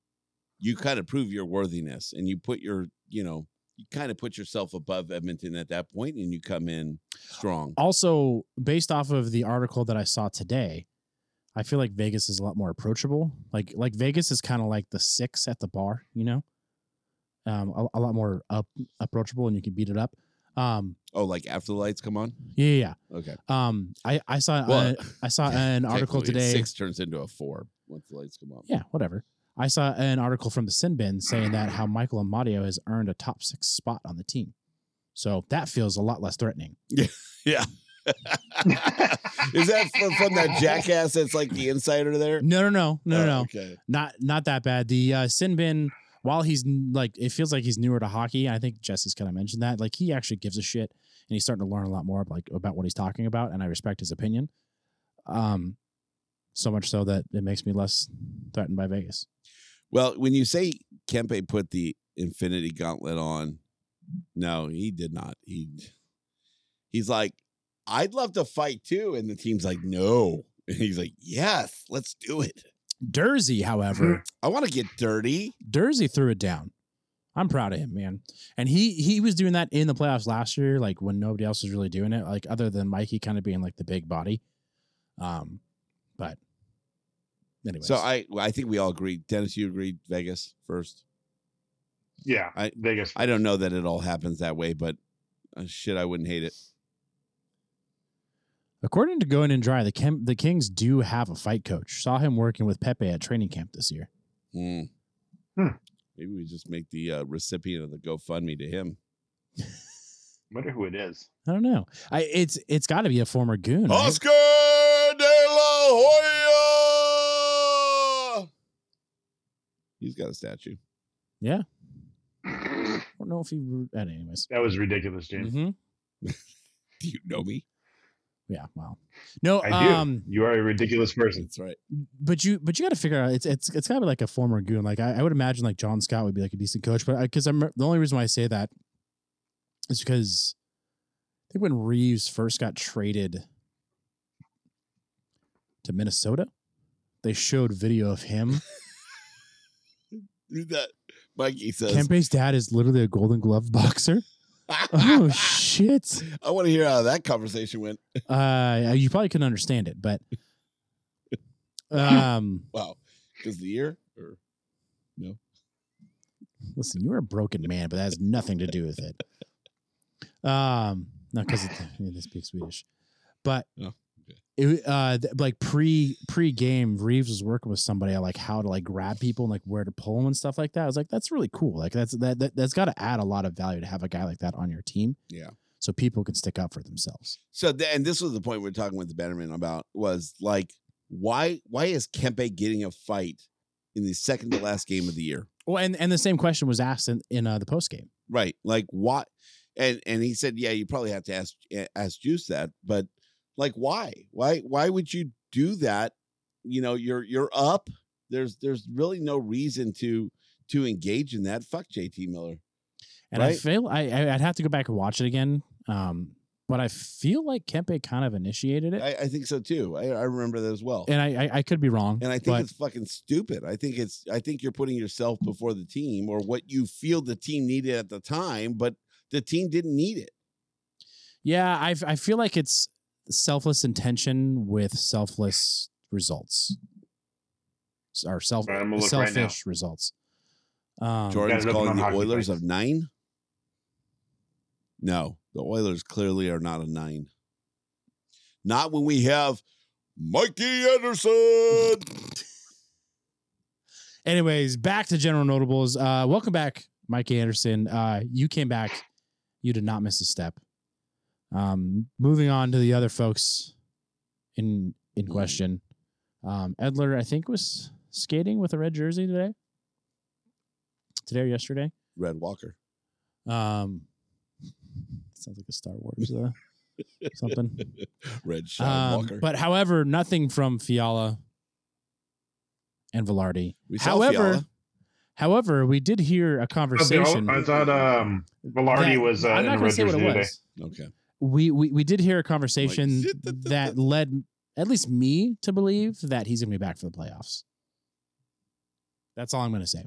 You kind of prove your worthiness, and you put your you know you kind of put yourself above Edmonton at that point, and you come in strong.
also based off of the article that I saw today, I feel like Vegas is a lot more approachable. Like like Vegas is kind of like the six at the bar, you know, um, a, a lot more up approachable, and you can beat it up. Um,
Oh, like after the lights come on.
yeah, yeah.
Okay.
yeah. Um, I I saw uh,
Well,
I saw an article
technically,
today.
Six turns into a four once the lights come on.
Yeah, whatever. I saw an article from the Sin Bin saying that how Michael Amadio has earned a top six spot on the team. So that feels a lot less threatening.
Is that from, from that jackass that's like the insider there?
No, no, no, no,
Oh,
no.
Okay.
not not that bad. The uh, Sinbin, while he's n- like, it feels like he's newer to hockey. I think Jesse's kind of mentioned that. Like, he actually gives a shit, and he's starting to learn a lot more like about what he's talking about, and I respect his opinion. Um, so much so that it makes me less threatened by Vegas.
Well, when you say Kempe put the Infinity Gauntlet on, no, he did not. He he's like, I'd love to fight too, and the team's like, no, and he's like, yes, let's do it.
Dersey, however,
I want to get dirty.
Dersey threw it down. I'm proud of him, man. And he he was doing that in the playoffs last year, like when nobody else was really doing it, like other than Mikey kind of being like the big body. Um, but anyways,
So I I think we all agreed. Dennis, you agreed. Vegas first.
Yeah,
I-
Vegas.
I don't know that it all happens that way, but uh, shit, I wouldn't hate it.
according to Going and Dry, the Kem- the Kings do have a fight coach. Saw him working with Pepe at training camp this year.
Hmm.
Hmm.
Maybe we just make the uh, recipient of the GoFundMe to him.
wonder who it is.
I don't know. I it's it's got to be a former goon. right?
Oscar De La Hoya. He's got a statue.
Yeah,
that
I don't know if he. re- uh, Anyways.
was ridiculous, James.
Mm-hmm.
Do you know me?
Yeah. Wow. No.
I do.
um.
you are a ridiculous person.
That's right.
but you but you got to figure out it's it's it's got to be like a former goon. Like I, I would imagine like John Scott would be like a decent coach, but because I'm the only reason why I say that is because I think when Reeves first got traded to Minnesota, they showed video of him.
That Mikey says.
Kempe's dad is literally a Golden Glove boxer. Oh shit!
I want to hear how that conversation went.
Uh, you probably couldn't understand it, but um,
Wow, because the year or
Listen, you're a broken man, but that has nothing to do with it. Um, not because yeah, they speak Swedish, but
Oh, okay.
it uh th- like pre pre game Reeves was working with somebody on like how to like grab people and like where to pull them and stuff like that. I was like, that's really cool. Like that's that, that that's got to add a lot of value to have a guy like that on your team.
Yeah.
so people can stick up for themselves.
So, th- and this was the point we were talking with the Bannerman about was like, why why is Kempe getting a fight in the second to last game of the year?
Well, and and the same question was asked in in uh, the post game.
Right, like why? And and he said, yeah, you probably have to ask eh, ask Juice that, but like why why why would you do that? You know, you're you're up. There's there's really no reason to to engage in that. Fuck JT Miller.
And I
Right.
feel I I- I'd have to go back and watch it again. Um, but I feel like Kempe kind of initiated it.
I, I think so too. I, I remember that as well.
Eh and I, I I could be wrong.
And I think
but
it's fucking stupid. I think it's I think you're putting yourself before the team or what you feel the team needed at the time, but the team didn't need it.
yeah, I I feel like it's selfless intention with selfless results, S- or self
Alright, I'm gonna look right
selfish
now.
results. Um,
Jordan's
look
calling
on
the
hockey
Oilers
fights.
of nine. No, the Oilers clearly are not a nine. Not when we have Mikey Anderson.
Anyways, back to general notables. Uh, welcome back, Mikey Anderson. Uh, you came back. You did not miss a step. Um, moving on to the other folks in in
Mhm.
question. Um, Edler, I think, was skating with a red jersey today. Today or yesterday?
Red Walker.
Um, sounds like a Star Wars uh, something.
Red Sean
Um,
Walker.
but however, nothing from Fiala and Velarde.
We saw
however,
Fiala.
however, we did hear a conversation.
I thought um, Velarde
that-
was uh,
I'm
in
not
the
going to say
Rangers
what
the
it
other day.
was.
okay.
We, we we did hear a conversation
shit, that- that-
that
that-
led at least me to believe that he's going to be back for the playoffs. That's all I'm going to say.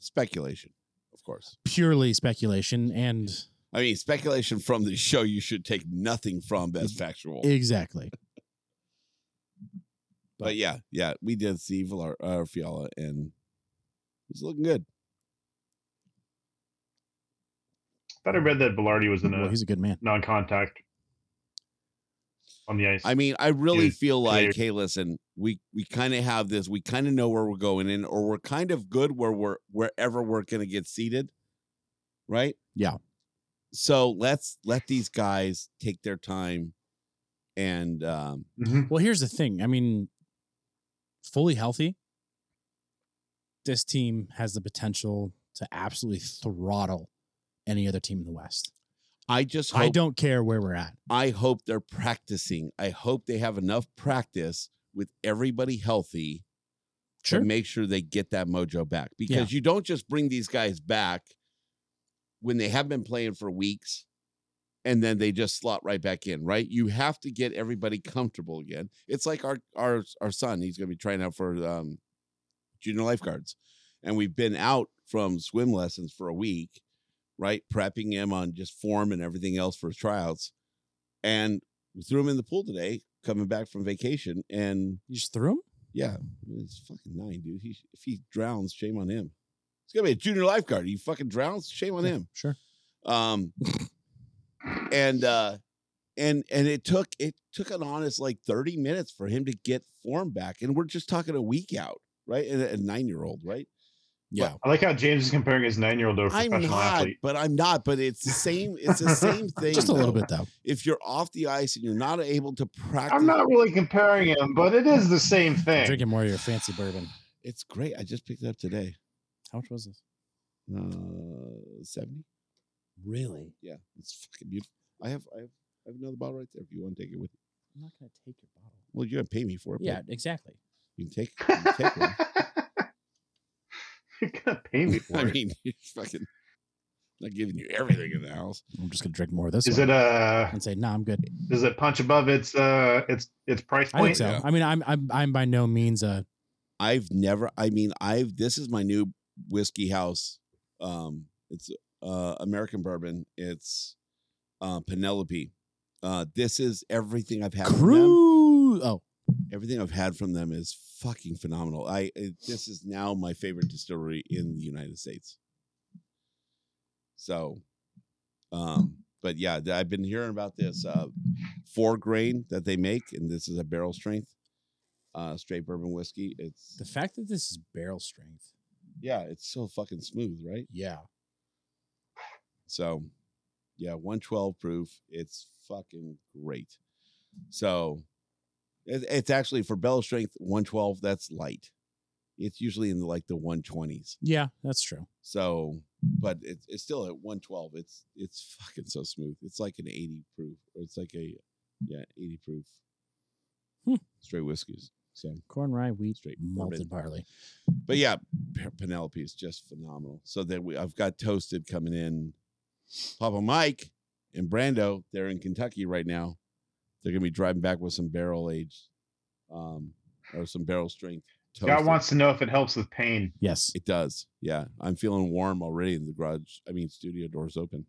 Speculation, of course.
Purely speculation and
I mean, speculation from the show you should take nothing from as factual.
exactly.
But yeah, yeah, we did see Villar, uh, Fiala, and he's looking good.
thought I read that Velarde was in
Well,
a
he's a good man.
non-contact on the ice.
I mean, I really
Is
feel like, hey, listen, we we kind of have this. We kind of know where we're going in, or we're kind of good where we're wherever we're gonna get seated, right?
Yeah.
So let's let these guys take their time, and um,
Mhm.
Well, here's the thing. I mean, fully healthy, this team has the potential to absolutely throttle any other team in the West.
I just
I
hope
don't care where we're at.
I hope they're practicing. I hope they have enough practice with everybody healthy
Sure.
to make sure they get that mojo back because you don't just bring these guys back when they have been playing for weeks and then they just slot right back in, right? You have to get everybody comfortable again. It's like our our our son, he's going to be trying out for um junior lifeguards. And we've been out from swim lessons for a week, right? Prepping him on just form and everything else for his tryouts. And we threw him in the pool today coming back from vacation and
You just threw him?
yeah, it's fucking nine, dude. He, if he drowns, shame on him. It's gonna be a junior lifeguard. He fucking drowns, shame on him.
Sure.
Um, and uh, and and it took it took an honest like thirty minutes for him to get form back, and we're just talking a week out, right? And a, a nine year old, right?
Yeah. I like how James is comparing his nine year old to a
I'm
professional
not,
athlete.
but I'm not. But it's the same. It's the same thing.
Just a little
though.
bit though.
If you're off the ice and you're not able to practice,
I'm not really comparing him, but it is the same thing.
Drinking more of your fancy bourbon.
It's great. I just picked it up today.
How much was this?
Uh, Seventy.
Really?
yeah, it's fucking beautiful. I have I have I have another bottle right there if you want to take it with you.
I'm not gonna take your bottle.
Well, you're gonna pay me for it. but
Yeah, exactly.
you can take, you can take one.
You're gonna pay me for
I
it.
mean, you're fucking not giving you everything in the house.
I'm just gonna drink more of this
Is
one
it uh
and say, no, I'm good.
does it punch above its uh its its price
I think
point?
so.
Yeah.
I mean I'm I'm I'm by no means a
I've never. I mean, I've this is my new whiskey house. Um, it's uh American bourbon. It's uh, Penelope. Uh, this is everything I've had. from them.
crew. Oh,
everything I've had from them is fucking phenomenal. I it, this is now my favorite distillery in the United States. So, um, but yeah, th- I've been hearing about this uh, four grain that they make, and this is a barrel strength uh, straight bourbon whiskey. It's
the fact that this is barrel strength.
yeah, it's so fucking smooth, right?
Yeah.
So, yeah, 112 proof. It's fucking great. So, it, it's actually for barrel strength 112. That's light. It's usually in the, like the 120s.
Yeah, that's true.
So, but it, it's still at 112. It's it's fucking so smooth. It's like an 80 proof. Or it's like a yeah 80 proof
Hmm.
straight whiskeys. So,
Corn, rye, wheat,
Straight
malted
bourbon.
barley.
but yeah, Pe- Penelope is just phenomenal. So that we, I've got toasted coming in. Papa Mike and Brando, they're in Kentucky right now. They're gonna be driving back with some barrel aged, um, or some barrel strength.
Scott
toasted.
wants to know if it helps with pain.
Yes.
It does. Yeah, I'm feeling warm already in the garage. I mean, studio doors open.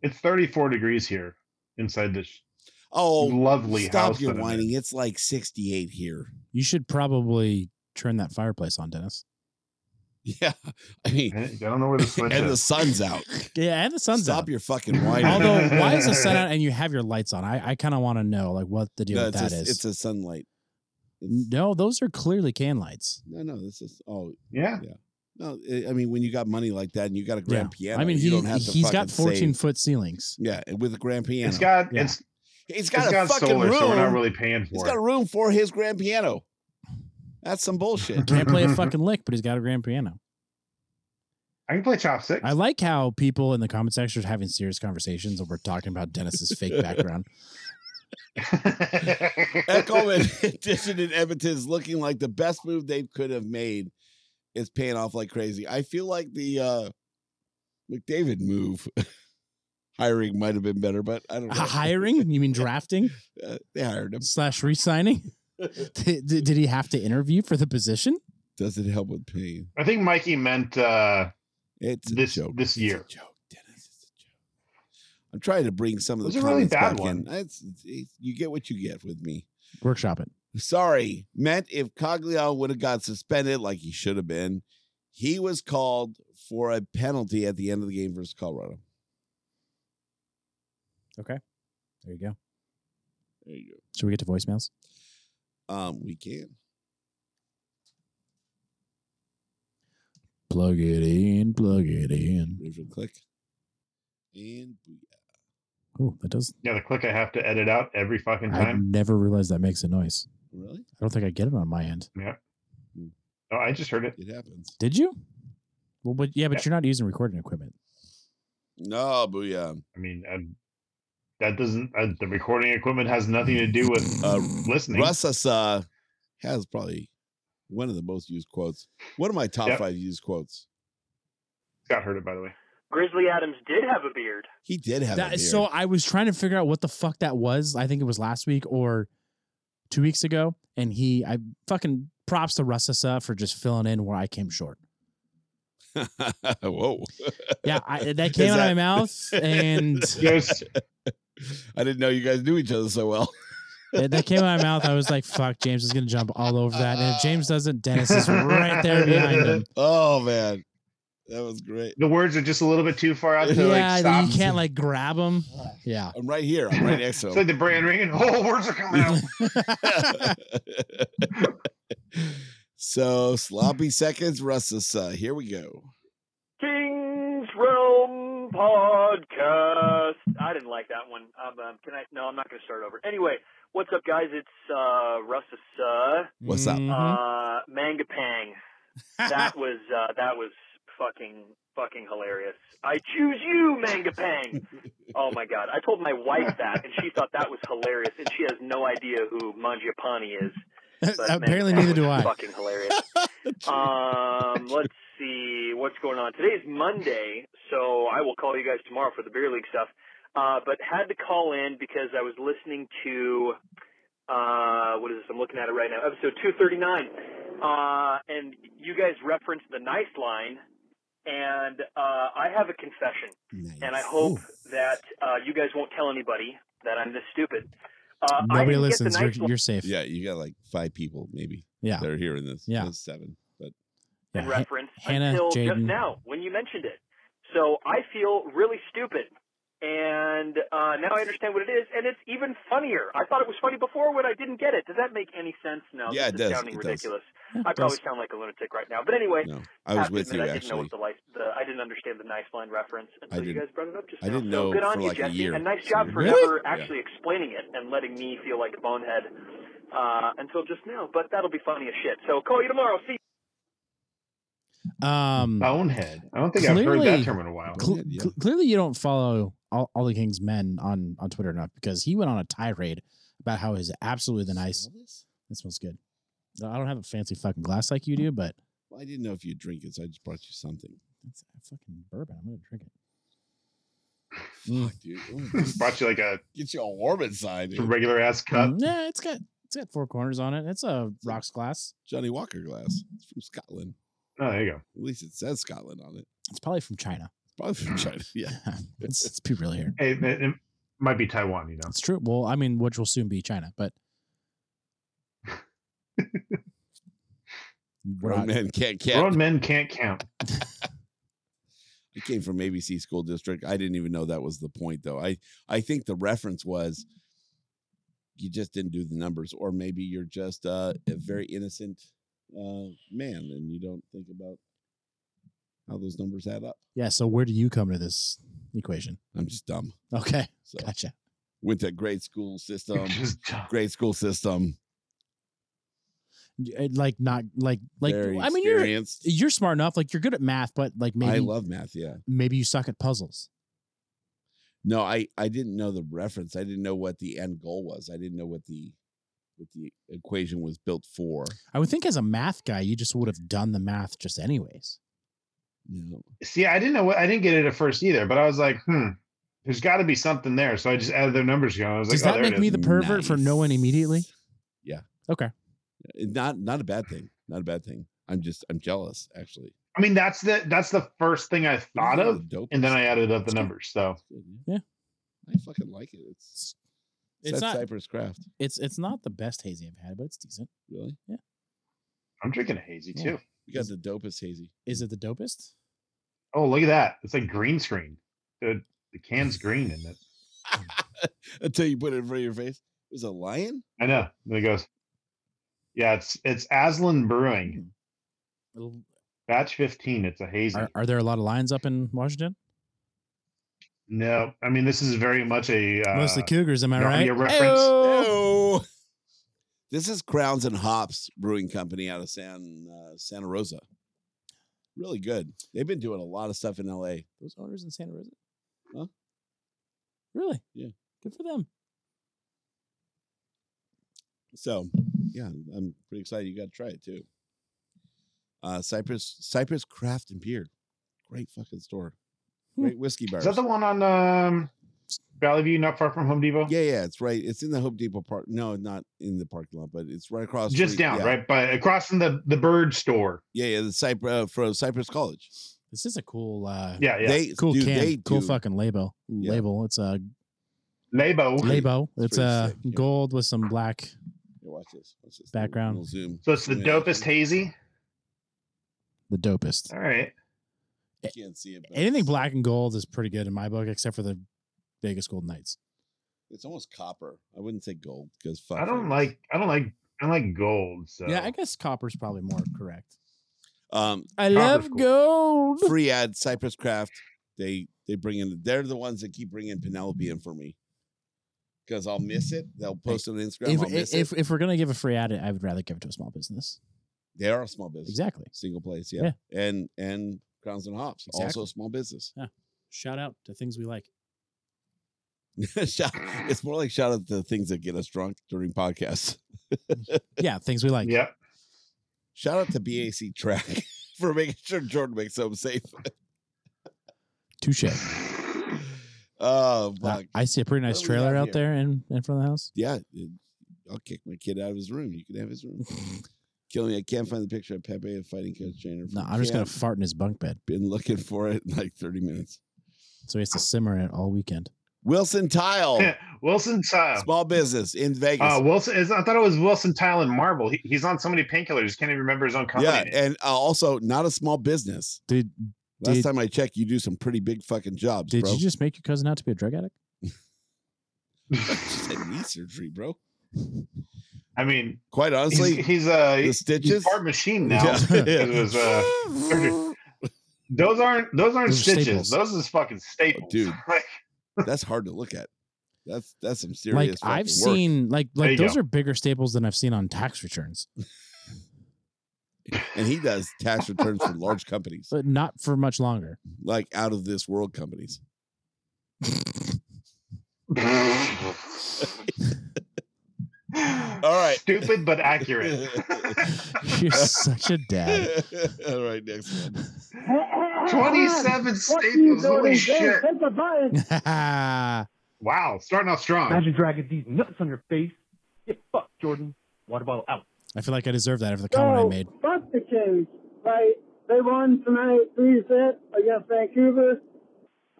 It's 34 degrees here inside this
Oh,
lovely
stop
house.
your
that I'm in.
whining! It's like 68 here.
You should probably turn that fireplace on, Dennis.
Yeah, I mean,
I don't know where the switch
and the
is.
sun's out.
Yeah, and the sun's
stop
up.
your fucking whining.
Although, why is the sun out and you have your lights on? I, I kind of want to know like what the deal
no,
with
it's,
that
a,
is.
it's a sunlight. It's-
no, those are clearly can lights.
no, no, this is oh,
yeah.
No, eh, I I mean when you got money like that and you got a grand piano,
I mean,
you
he,
don't have to
he's got
fucking
14
save.
foot ceilings.
Yeah, and with a grand piano,
It's got
Yeah.
it's
he's got
it's
a
got
fucking
solar,
room.
so we're not really paying
he's
for
got a
it.
room for his grand piano. That's some bullshit.
Can't play a fucking lick, but he's got a grand piano.
I can play chopsticks.
I like how people in the comment section are having serious conversations over talking about Dennis's fake background.
Echo and Edition in Edmonton is looking like the best move they could have made. It's paying off like crazy. I feel like the uh McDavid move hiring might have been better, but I don't know.
Hiring? You mean drafting
Uh, they hired him.
slash re-signing? did, did did he have to interview for the position?
Does it help with pain?
I think Mikey meant uh
It's a
this
joke.
this year.
It's a joke, Dennis. It's a joke. I'm trying to bring some of
It
the
was a really
comments
bad
back
one.
in. It's, it's, you get what you get with me.
Workshop it.
Sorry, meant if Cogliano would have got suspended like he should have been, he was called for a penalty at the end of the game versus Colorado.
There you go.
There you
Should we get to voicemails?
go. Um, we can.
Plug it in. Plug it in.
Ready for the click? And booyah.
Oh, that does.
Yeah, the click I have to edit out every fucking
I
Mm-hmm.
time.
never realized that makes a noise.
really,
I don't think I get it on my end.
Oh, I just heard it.
it happens.
Did you? Well, but yeah, but
Yeah.
you're not using recording equipment.
No, booyah.
I mean, i that doesn't uh, the recording equipment has nothing to do with
Uh,
listening.
Russ us, uh, has probably one of the most used quotes. One of my top
Yep.
five used quotes.
Scott heard it, by the way.
Grizzly Adams did have a beard.
He did have
That,
it.
so I was trying to figure out what the fuck that was. I think it was last week or two weeks ago, and he I fucking props to Russessa for just filling in where I came short.
whoa!
Yeah, I, that came out of my
that-
mouth, and
Yes.
I didn't know you guys knew each other so well.
that that came out of my mouth. I was like, "Fuck, James is gonna jump all over that." And if James doesn't, Dennis is right there behind him.
Oh man, that was great.
the words are just a little bit too far out to
yeah,
like stop.
you can't like grab him. Yeah.
I'm right here. I'm right next to
It's like the
him.
brand ring and whole words are coming out.
so sloppy seconds, Russus. Uh, here we go.
King's Realm podcast. I didn't like that one. Um, um, can I? No, I'm not going to start over. Anyway, what's up, guys? It's uh, Russus, uh,
What's up?
Mhm.
uh, Mangapang. That was uh, that was fucking fucking hilarious. I choose you, Mangapang. Oh my god! I told my wife that, and she thought that was hilarious, and she has no idea who Mangiapane is. But
Apparently,
Mangapang
neither
was
do I.
Fucking hilarious. Um, let's see what's going on. Today's Monday, so I will call you guys tomorrow for the beer league stuff. Uh, but had to call in because I was listening to uh, what is this? I'm looking at it right now. Episode 239, uh, and you guys referenced the nice line, and uh, I have a confession and I hope that uh, you guys won't tell anybody that I'm this stupid. Uh, I
Nobody
didn't
listens.
Get the
You're,
nice line
you're safe.
Yeah, you got like five people maybe
Yeah.
that are hearing this.
Yeah.
That's seven. But
Yeah.
reference
Hannah,
until just
Jaden.
now when you mentioned it. So I feel really stupid, and uh, now I understand what it is, and it's even funnier. I thought it was funny before when I didn't get it. Does that make any sense? No,
Yeah,
this
it
is
does.
sounding
It does.
ridiculous.
Yeah,
I
that's-
probably sound like a lunatic right now, but anyway.
no, I was
have to
with
admit,
you
I didn't
actually.
know what the, life, the I didn't understand the nice line reference until you
didn't-
guys brought it up just
I
now.
didn't
so
know
good
for
on you,
like a
Jesse,
year.
and nice job for
Really?
never actually explaining it and letting me feel like a bonehead uh, until just now. But that'll be funny as shit. So call you tomorrow. See.
Um,
Bonehead. I don't think I've heard
Clearly-
that term in a while.
cl-
Oh, Yeah, yeah.
cl- clearly you don't follow all, all the king's men on on twitter enough because he went on a tirade about how he's absolutely the nice this smells good No, i don't have a fancy fucking glass like you do but
Well, I didn't know if you drink it, so I just brought you something.
it's a fucking bourbon i'm gonna drink it Mm.
Fuck, dude. Ooh,
Brought you like a
Get you all warm inside. dude.
regular ass cup.
Mm, yeah it's got it's got four corners on it it's a rocks glass
Johnny Walker glass. It's from Scotland.
Mm-hmm.
Oh, there you go.
At least it says Scotland on it.
it's probably from china
It's probably from China. Yeah.
let's, let's be real here
Hey, It, it, might be Taiwan, you know.
it's true well i mean which will soon be china but We're
Grown
not-
men can't
Grown
count.
men can't count.
I came from ABC school district. I didn't even know that was the point though. I I think the reference was you just didn't do the numbers, or maybe you're just uh, a very innocent uh, man and you don't think about how those numbers add up.
yeah so where do you come to this equation
I'm just dumb.
okay
So
gotcha
went to grade school system.
Just-
Grade school system.
Y- uh, like not like like
very
I mean you're
experienced.
you're smart enough like you're good at math but like
I
maybe
love math. Yeah.
maybe you suck at puzzles.
No, I I didn't know the reference. I didn't know what the end goal was. I didn't know what the what the equation was built for.
I would think as a math guy you just would have done the math just anyways.
You know,
See, I didn't know what I didn't get it at first either, but I was like, hmm, there's got to be something there. So I just added their numbers together. I was
Does
like,
that
oh, there
make
it
me
is.
the pervert for knowing
Nice.
immediately?
Yeah.
Okay.
Uh, Not not a bad thing. Not a bad thing. I'm just I'm jealous actually.
I mean, that's the that's the first thing I thought
Isn't that
of,
the dopest?
and then I added up the
It's good.
numbers. So
It's good,
Yeah.
I fucking like it. It's
It's
it's that
not-
Cypress craft.
It's it's not the best hazy I've had, but it's decent.
Really?
I'm drinking a hazy
Yeah.
too.
You got the dopest hazy.
Is it the dopest?
Oh, look at that! It's like green screen. The, the can's green in it.
Until you put it in front of your face. It was a lion?
I know. And it goes. Yeah, it's it's Aslan Brewing, batch 15. It's a hazy.
Are, are there a lot of lines up in Washington?
No, I mean this is very much a uh,
Mostly cougars, am I
Narnia
right?
reference.
Ayo!
Oh. This is Crowns and Hops Brewing Company out of San uh, Santa Rosa. Really good. They've been doing a lot of stuff in LA.
Those owners in Santa Rosa?
Huh?
Really?
Yeah.
Good for them.
So yeah, I'm pretty excited. You got to try it too. Uh, Cypress Cypress Craft and Beer, great fucking store,
Hmm.
great whiskey bars.
Is that the one on um, Valley View, not far from Home Depot?
yeah, yeah, it's right. It's in the Hope Depot park. No, not in the parking lot, but it's right across.
Just
street-
down,
yeah.
right? But across from the the bird store.
Yeah, yeah, the Cypress uh, from Cypress College.
This is a cool, uh,
Yeah, yeah.
They
cool
dude,
can,
They
cool
do-
fucking label.
Yeah.
Label. It's a
Labo.
label. It's
pretty
a
sick, yeah.
gold with some black.
Here, watch this. Watch this.
Background.
We'll zoom.
So it's the
Yeah.
dopest hazy.
The dopest.
All right.
You can't see it. but
Anything
it's-
black and gold is pretty good in my book, except for the Vegas Golden Knights.
It's almost copper. I wouldn't say gold because fuck.
I don't
Vegas.
like I don't like I don't like gold. So
Yeah, I guess copper's probably more correct.
Um,
I
Copper's
love
cool.
gold.
free ad Cypress Craft. They they bring in. They're the ones that keep bringing Penelope in for me because I'll miss it. They'll post it on Instagram. I'll miss
Eh, If, if,
it.
if we're gonna give a free ad, I would rather give it to a small business.
They are a small business,
Exactly.
single place, yeah. And and Crowns and Hops, also
Exactly.
a small business.
Shout out to things we like.
Shout- it's more like shout out to things that get us drunk during podcasts.
Yeah, things we like.
Yep.
Shout out to BAC Track for making sure Jordan makes home safe.
Touche. Uh,
Oh, fuck.
I see a pretty nice
What do we got
trailer out
here?
there in, in front of the house.
yeah, it- I'll kick my kid out of his room. You can have his room. Kill me. I can't find the picture of Pepe and fighting coach trainer.
No,
from
I'm just gonna
camp.
fart in his bunk bed,
Been looking for it in like 30 minutes.
so he has to simmer it all weekend.
Wilson Tile,
Wilson Tile.
small business in Vegas.
Uh, Wilson is, I thought it was Wilson Tile and Marble. He, he's on so many painkillers, can't even remember his own company.
yeah,
name.
and uh, also not a small business.
Did
Last
Did-
time I checked, you do some pretty big fucking jobs,
Did
bro.
you just make your cousin out to be a drug addict?
She's had knee surgery, bro?
I mean,
Quite honestly,
he's, he's uh
the
he's
stitches.
part machine now.
Yeah.
'cause it was, uh, surgery. those aren't those aren't
Those are
stitches.
staples.
Those is fucking staples.
dude.
Like,
that's hard to look at. That's that's some serious.
Like I've
fucking work.
seen, like like
you
those
go.
are bigger staples than I've seen on tax returns,
and he does tax returns for large companies,
but not for much longer.
like out of this world companies. All right.
Stupid but accurate.
You're such a dad.
All right, next one.
Twenty-seven staples. Holy shit! Wow, starting off strong.
Imagine dragging these nuts on your face. Get fucked, Jordan. Water bottle out.
I feel like I deserve that after the comment I
No,
made.
Fuck the Kings. Like they won tonight, three set against Vancouver.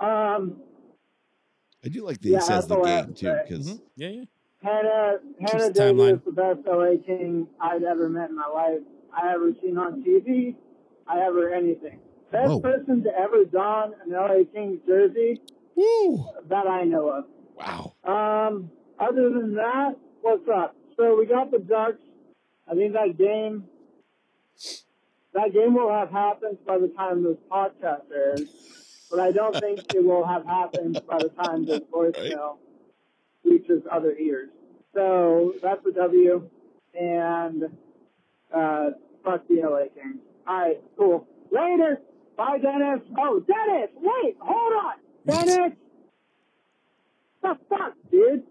Um,
I do like that he
Yeah,
says
that's
the
all I have
game
to
too,
say.
because
Yeah, yeah.
Hannah Hannah
the timeline.
Davis is the best LA King I've ever met in my life. I ever seen on TV. I ever anything. Best
Whoa.
person to ever don an LA Kings jersey that I know of.
wow,
Um, other than that, what's up? So we got the Ducks. I think that game, that game will have happened by the time this podcast airs, but I don't think it will have happened by the time this voicemail reaches other ears. So that's a W, and uh, fuck the LA Kings. All right, cool. Later. Bye, Dennis. Oh, Dennis, wait, hold on, Dennis. The fuck, dude?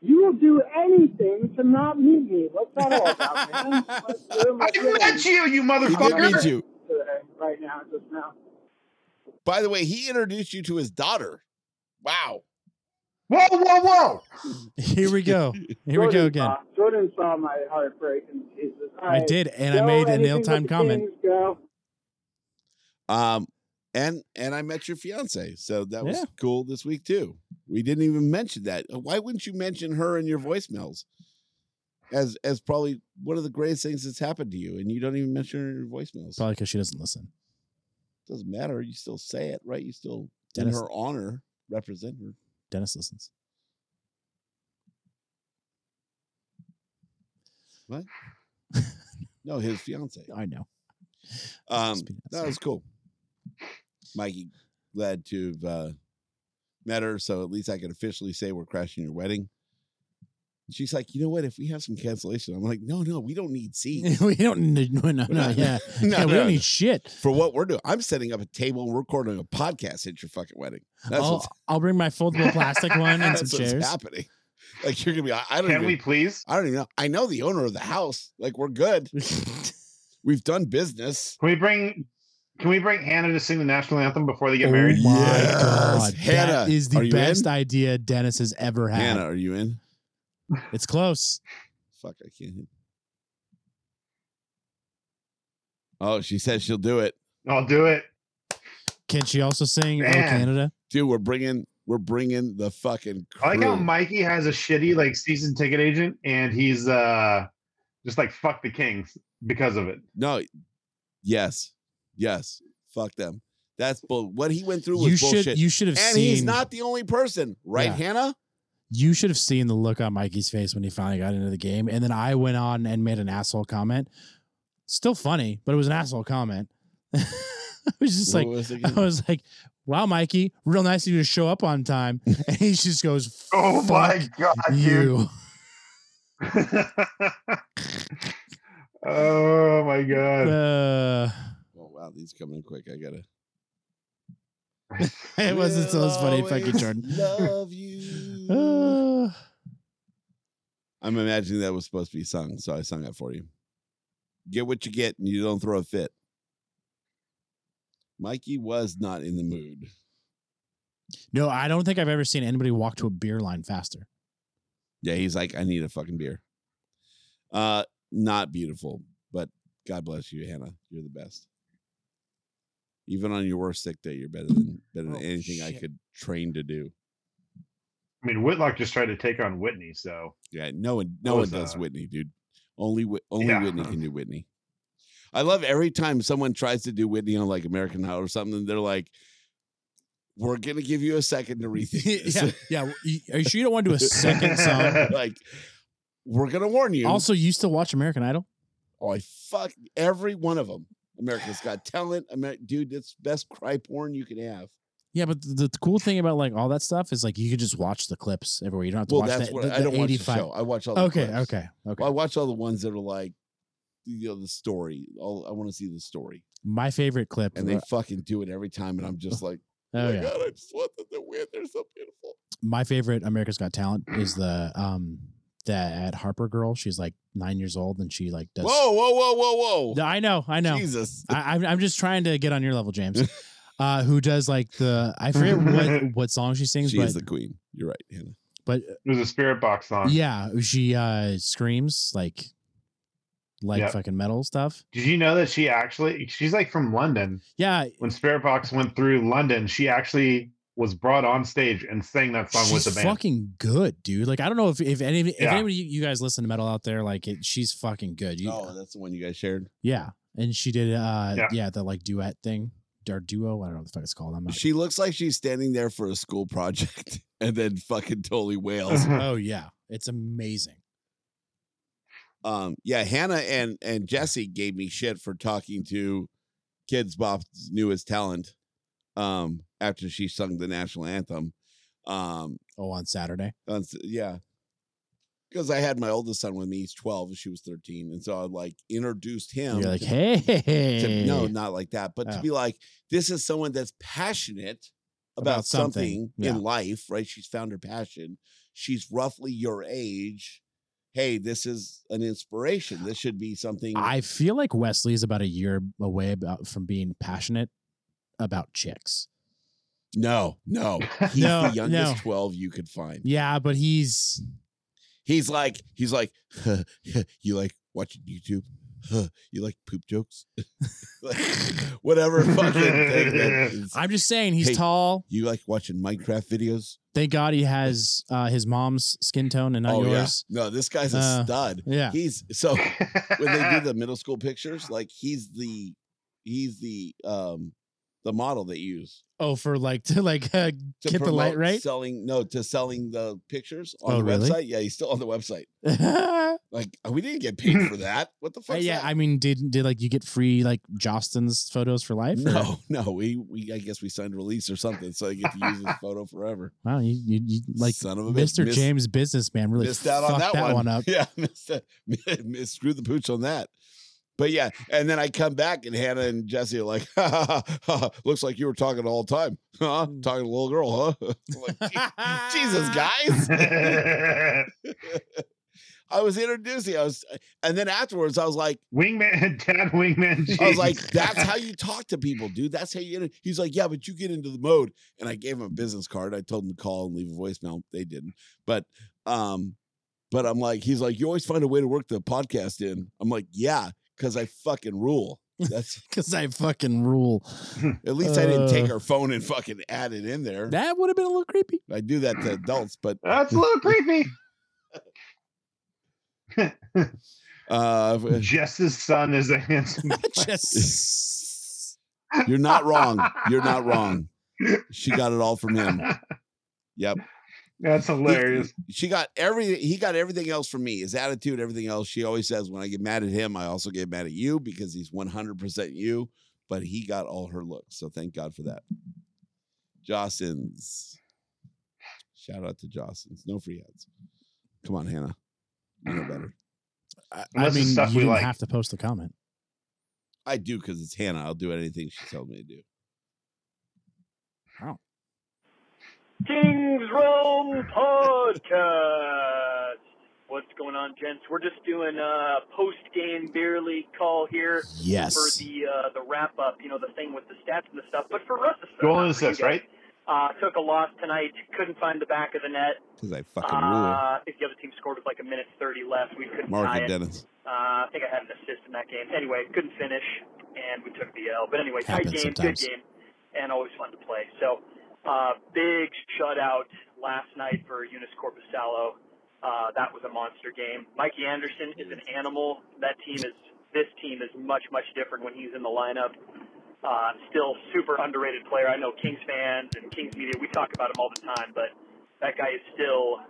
You will do anything to not meet me. What's that all about, man? What's doing my
I met you, you
he did
motherfucker.
meet you.
today, right now, just now.
By the way, he introduced you to his daughter. Wow,
Whoa, whoa, whoa!
Here we go. Here we
Jordan
go again.
Saw, Jordan saw my heartbreak and Jesus. All
I
right,
did, and I
go,
made an
anything
ill-timed
with the
comment.
Kings, go.
Um, and and I met your fiance, so that was
Yeah.
cool this week too. We didn't even mention that. Why wouldn't you mention her in your voicemails? As as probably one of the greatest things that's happened to you, and you don't even mention her in your voicemails.
Probably because she doesn't listen.
Doesn't matter. You still say it, right? You still in
Dennis-
her honor represent her.
Dennis listens.
No, his fiance.
I know.
Um,
Speaking of
that was cool. Mikey, glad to have uh, met her. So at least I can officially say we're crashing your wedding. And she's like, you know what? If we have some cancellation, I'm like, no, no, we don't need seats
we don't need no, no, no,
not-
yeah,
No,
yeah, we
no,
don't need shit.
for what we're doing. I'm setting up a table and recording a podcast at your fucking wedding. That's
I'll,
what's,
I'll bring my foldable plastic one and
that's
some
what's
chairs.
happening. Like you're gonna be. I, I don't.
Can
Even,
we please?
I don't even know. I know the owner of the house. Like we're good. We've done business.
Can we bring? Can we bring Hannah to sing the national anthem before they get
Oh
married?
my
Yes.
god, that
Hannah,
is
are
the
you
best
in?
idea Dennis has ever had.
Hannah, are you in?
It's close.
Fuck, I can't. hit- Oh, she said she'll do it,
I'll do it.
Can she also sing "Oh
Man.
Canada"?
dude. We're bringing. We're bringing the fucking. Crew.
Oh, I like how Mikey has a shitty like season ticket agent, and he's uh just like fuck the Kings because of it.
No. Yes. Yes. Fuck them. That's bull. What he went through was
You
bullshit.
should. You should have
and
seen.
he's not the only person, right,
Yeah.
Hannah?
You should have seen the look on Mikey's face when he finally got into the game. And then I went on and made an asshole comment. Still funny, but it was an asshole comment. I was just like, Oh,
What was it
I
again?
was like, wow, Mikey, real nice of you to show up on time. And he just goes,
Oh my god,
"Fuck
dude!
you.
oh my god!
Uh,
oh wow, these coming in quick. I gotta.
it wasn't so it was funny, fucking
Always
Jordan.
Love you.
Uh,
I'm imagining that was supposed to be sung, so I sung it for you. Get what you get, and you don't throw a fit. Mikey was not in the mood.
no, I don't think I've ever seen anybody walk to a beer line faster.
Yeah, he's like, I need a fucking beer. Uh, not beautiful, but God bless you, Hannah. You're the best. Even on your worst sick day, you're better than better than
Oh,
anything I
shit.
could train to do.
I mean, Whitlock just tried to take on Whitney, so
Yeah, no one,
That
Oh,
no one
was,
does
uh,
Whitney, dude. Only Whit- only
Yeah.
Whitney can do Whitney. I love every time someone tries to do Whitney on like American Idol or something. They're like, "We're gonna give you a second to rethink." this."
yeah, yeah. You- Are you sure you don't want to do a second song?
like, we're gonna warn you.
Also, you still watch American Idol?
Oh, I fuck every one of them. America's Got Talent, Amer- dude. It's best cry porn you can have.
Yeah, but the, the cool thing about like all that stuff is like you could just watch the clips everywhere. You don't have to
Well,
watch
that's
that.
what
the-
I
the
don't watch the
85.
show. I watch all. The
Okay,
clips.
okay, okay.
Well, I watch all the ones that are like, you know, the story. All I want to see the story,
My favorite clip.
and they fucking do it every time, and I'm just like, oh,
oh
my
yeah,
god, I just want them to win. They're so beautiful.
my favorite America's Got Talent is the um that Harper girl. She's like nine years old and she like does.
Whoa, whoa, whoa, whoa, whoa!
No, I know, I know.
Jesus,
I, I'm I'm just trying to get on your level, James. Uh, who does like the I forget what what song she sings,
she
but
is the queen. You're right, Hannah.
but
it was a Spirit Box song.
yeah, she uh screams like like
Yep.
fucking metal stuff.
Did you know that she actually she's like from London?
Yeah,
When Spirit Box went through London, she actually was brought on stage and sang that song
she's
with the band.
fucking good, dude. Like I don't know if if any if
Yeah.
anybody you guys listen to metal out there, like it, she's fucking good. You,
Oh, that's the one you guys shared.
Yeah, and she did uh yeah,
Yeah.
the like duet thing or duo. I don't know what the fuck it's called. I'm not.
She looks like she's standing there for a school project, and then fucking totally wails.
oh yeah, it's amazing.
um yeah hannah and and jesse gave me shit for talking to kids bop's newest talent um after she sung the national anthem um
Oh, on Saturday.
on Uh, s- yeah because i had my oldest son with me he's 12 and she was 13 and so i like introduced him
You're like,
to-
hey,
to- no not like that but to
Oh.
be like this is someone that's passionate about,
About
something,
something, yeah.
in life right she's found her passion she's roughly your age hey this is an inspiration this should be something
I feel like Wesley's about a year away about from being passionate about chicks.
no no he's
No,
the youngest
no.
12 you could find
Yeah, but he's
he's like he's like you like watching youtube Huh, you like poop jokes like whatever fucking thing that is.
I'm just saying he's
Hey.
tall.
you like watching minecraft videos
Thank God he has uh his mom's skin tone and not yours.
Oh, yeah. No, this guy's a
Uh,
stud.
Yeah.
He's so when they do the middle school pictures, like he's the he's the um the model they use
Oh, for like to like uh,
to
get the light
promote
right.
Selling no to selling the pictures on
Oh,
the
really?
website. Yeah, he's still on the website. Like we didn't get paid for that. What the
Uh,
fuck?
yeah,
that?
I mean, did did like you get free like Jostin's photos for life? or-
no, no. We we I guess we signed a release or something, so I get to use this photo forever.
Wow, you, you, you like
son of a bitch.
Mr.
Miss-
James businessman really
missed out on
fucked
that, one.
up.
Yeah, missed, that- missed screwed the pooch on that. But yeah, and then I come back and Hannah and Jesse are like, looks like you were talking all the time, huh?
Mm.
Talking to a little girl, huh? I'm like, Jesus, guys. I was introducing. I was, and then afterwards, I was like,
wingman, dad, wingman.
I was
James.
like, that's how you talk to people, dude. That's how you. inter-" He's like, yeah, but you get into the mode. And I gave him a business card. I told him to call and leave a voicemail. They didn't, but, um, but I'm like, he's like, you always find a way to work the podcast in. I'm like, yeah, because I fucking rule. That's
Because I fucking rule.
at least I didn't take
Uh.
her phone and fucking add it in there.
That would have been a little creepy.
I do that to adults, but
that's a little creepy.
uh,
Jess's son is a handsome.
Just
you're not wrong. You're not wrong. She got it all from him. Yep.
That's hilarious.
she got every he got everything else from me his attitude everything else she always says when i get mad at him i also get mad at you because he's 100% you but he got all her looks so thank god for that jocelyn's shout out to jocelyn's no free ads come on hannah you know better
I, I
Unless it's
mean,
stuff
you
we
didn't
like.
have to post a comment.
i do because it's hannah i'll do anything she tells me to do
King's Realm Podcast. What's going on, gents? We're just doing a post-game beer league call here
Yes.
for the uh, the wrap up. You know, the thing with the stats and the stuff. But for us, it's
Goal
not
and
for you
assist,
guys.
right?
Uh, took a loss tonight. Couldn't find the back of the net.
because i fucking rule
Uh, if the other team scored with like a minute thirty left, we couldn't
mark and
tie it.
dennis
Uh, I think I had an assist in that game. Anyway, couldn't finish, and we took the L. But anyway, tight
Happens
game,
sometimes.
good game, and always fun to play. So, uh, big shutout last night for Eunice Corpusalo. Uh, that was a monster game. Mikey Anderson is an animal. That team is, this team is much, much different when he's in the lineup. Uh, still super underrated player. I know Kings fans and Kings media, we talk about him all the time, but that guy is still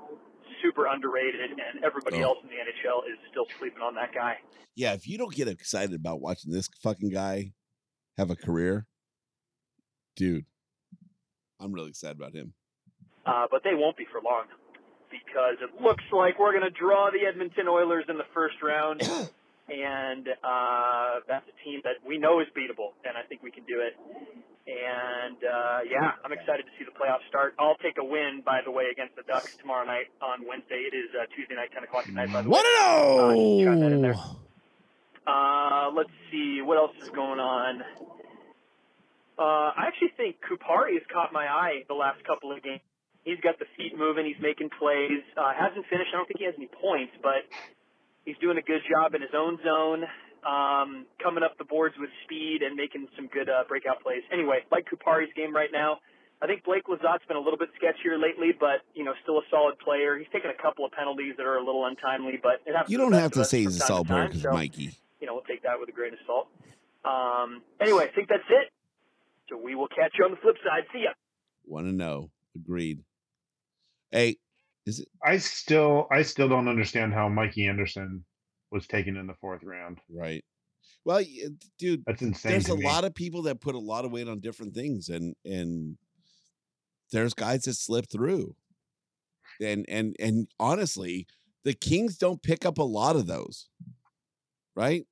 super underrated, and everybody
Oh.
else in the NHL is still sleeping on that guy.
yeah if you don't get excited about watching this fucking guy have a career dude i'm really excited about him
Uh, but they won't be for long because it looks like we're going to draw the Edmonton Oilers in the first round. and uh, that's a team that we know is beatable, and I think we can do it. And uh, yeah, I'm excited to see the playoffs start. I'll take a win, by the way, against the Ducks tomorrow night on Wednesday. It is uh, Tuesday night, 10 o'clock at night, by the way.
What
Uh, just throwing that in
an
there. Uh, let's see what else is going on. Uh, I actually think Kupari has caught my eye the last couple of games. He's got the feet moving. He's making plays. Uh, hasn't finished. I don't think he has any points, but he's doing a good job in his own zone, um, coming up the boards with speed and making some good uh, breakout plays. Anyway, like Kupari's game right now. I think Blake Lazat's been a little bit sketchier lately, but you know, still a solid player. He's taken a couple of penalties that are a little untimely, but it happens
You
to the
don't
best
have
of
to
us
say
from
he's a
time to
solid player
time,
because
so
Mikey.
you know, we'll take that with a grain of salt. Um, anyway, I think that's it. So we will catch you on the flip side. See ya.
Want to know? Agreed. Hey,
I still, I still don't understand how Mikey Anderson was taken in the fourth round.
right. Well, y- dude,
That's insane.
there's
to
a
me.
lot of people that put a lot of weight on different things, and and there's guys that slip through, and and and honestly, the Kings don't pick up a lot of those, right?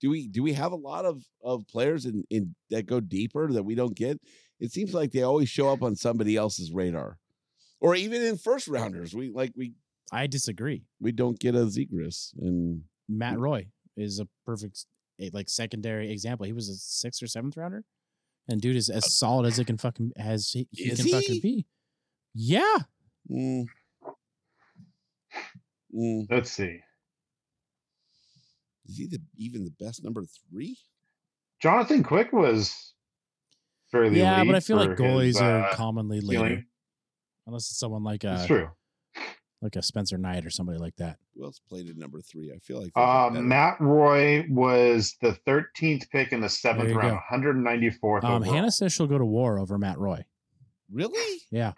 Do we do we have a lot of of players in in that go deeper that we don't get? It seems like they always show up on somebody else's radar, or even in first rounders. We like we
I disagree.
we don't get a Zegris. And Mm.
Matt Roy is a perfect eh, like secondary example. He was a sixth or seventh rounder, and dude is as solid as it can fucking as he, he
Uh, Is
can
he?
fucking be. Yeah,
mm, mm,
Let's see.
is he the, even the best number three?
Jonathan Quick was fairly.
yeah, but
elite
I feel
for
like goalies
his,
are
uh,
commonly later,
ceiling.
unless it's someone like
It's
a
true.
like a Spencer Knight or somebody like that.
Who else played at number three? I feel like there's a
Uh,
better-
Matt Roy was the 13th pick in the seventh
you go.
round, 194th.
Um,
overall.
Hannah says she'll go to war over Matt Roy.
really.
Yeah,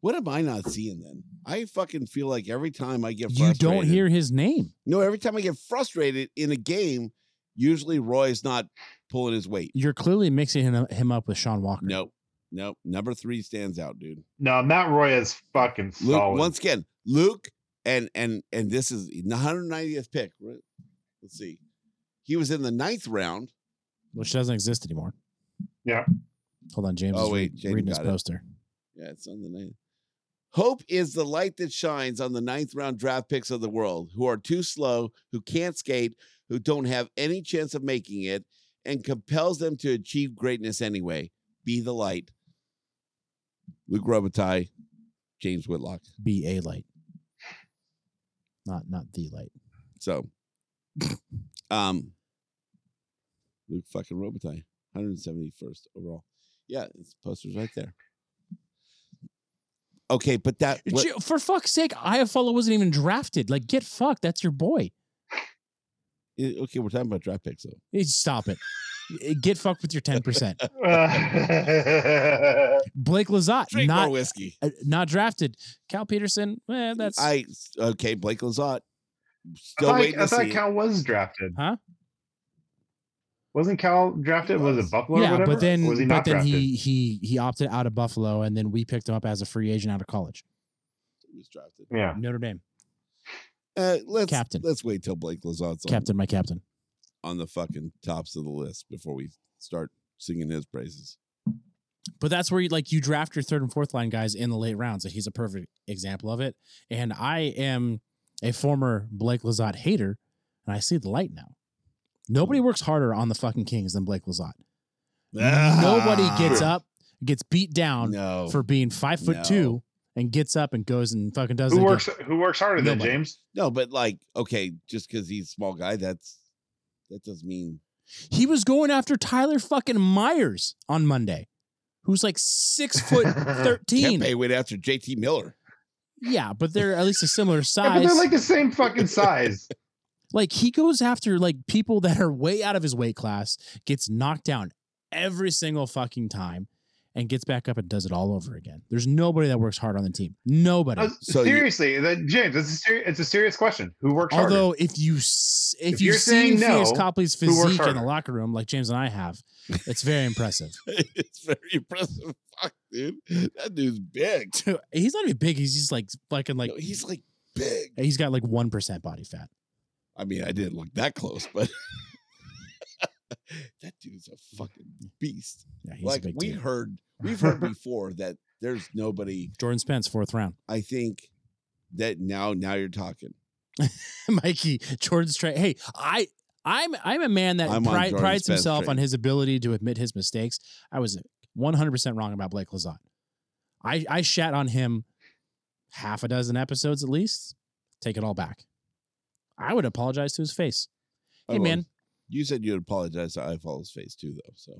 What am I not seeing then? I fucking feel like every time I get
you
frustrated,
don't hear his name.
No, every time I get frustrated in a game, usually Roy's not pulling his weight.
You're clearly mixing him, him up with Sean Walker.
No, no, number three stands out, dude.
No, Matt Roy is fucking
Luke,
solid.
once again, Luke, and and and this is the 190th pick. right? Let's see. He was in the ninth round.
which doesn't exist anymore.
Yeah.
Hold on, James.
Oh,
is
wait,
read-
Jaden
reading his
got it.
poster.
Yeah, it's on the ninth. Hope is the light that shines on the ninth round draft picks of the world who are too slow, who can't skate, who don't have any chance of making it, and compels them to achieve greatness anyway. Be the light. Luke Robitaille, James Whitlock.
Be a light, not not the light.
So, um, Luke fucking Robitaille, 171st overall. Yeah, it's posters right there. Okay, but that what-
Ju- For fuck's sake, Iafallo wasn't even drafted. Like, get fucked. That's your boy.
eh, okay, we're talking about draft picks though.
Eh, Stop it. Eh, Get fucked with your ten percent. Blake Lazat,
Drink
not
more whiskey.
uh, not drafted. Cal Peterson, eh, that's
I okay, Blake Lazat.
I
Still
thought,
waiting
I
to
thought
see.
Cal was drafted.
Huh?
Wasn't Cal drafted? Was.
was.
it Buffalo or
yeah.
whatever?
But then,
Or was he
but
not
then
drafted?
he he he opted out of Buffalo, and then we picked him up as a free agent out of college,
He was drafted.
Yeah.
Notre Dame.
Uh, let's
Captain.
let's wait till Blake Lazat's on,
Captain, my captain.
on the fucking tops of the list before we start singing his praises.
But that's where you like you draft your third and fourth line guys in the late rounds. Like he's a perfect example of it. And I am a former Blake Lazat hater, and I see the light now. Nobody works harder on the fucking Kings than Blake Lazat. Nobody
Ah.
gets up, gets beat down
Ah, No.
for being five foot
No.
two, and gets up and goes and fucking does it.
Who
again.
works? Who works harder than
Nobody.
James?
No, but like, okay, just because he's a small guy, that's that doesn't mean
He was going after Tyler fucking Myers on Monday, who's like six foot thirteen.
Kempe went after JT Miller.
Yeah, but they're at least a similar
Yeah,
size.
but they're like the same fucking size.
Like he goes after like people that are way out of his weight class, gets knocked down every single fucking time, and gets back up and does it all over again. There's nobody that works hard on the team. Nobody.
Uh,
So you-
seriously, that, James, it's a, ser- it's a serious question. Who works harder?
Although if you s- if,
If
you've
you're saying
seen Phoenix
no,
Copley's
who works
physique in the
harder?
locker room, like James and I have, it's very impressive.
it's very impressive. Fuck, dude. That dude's big.
Dude, he's not even big. He's just like fucking like
No, he's like big.
he's got like one percent body fat.
I mean, I didn't look that close, but that dude's a fucking beast.
Yeah, he's a
like
big
we
dude.
heard, we've heard before that there's nobody.
Jordan Spence fourth round.
I think that now, now you're talking.
Mikey Jordan's trade. Hey, I I'm I'm a man that
I'm on
pri-
Jordan
prides
Spence
himself
train.
on his ability to admit his mistakes. I was 100 percent wrong about Blake Lazat. I I shat on him half a dozen episodes at least. Take it all back. I would apologize to his face.
I
Hey,
will.
man.
Oh, you said you'd apologize to Eyefall's face too, though. So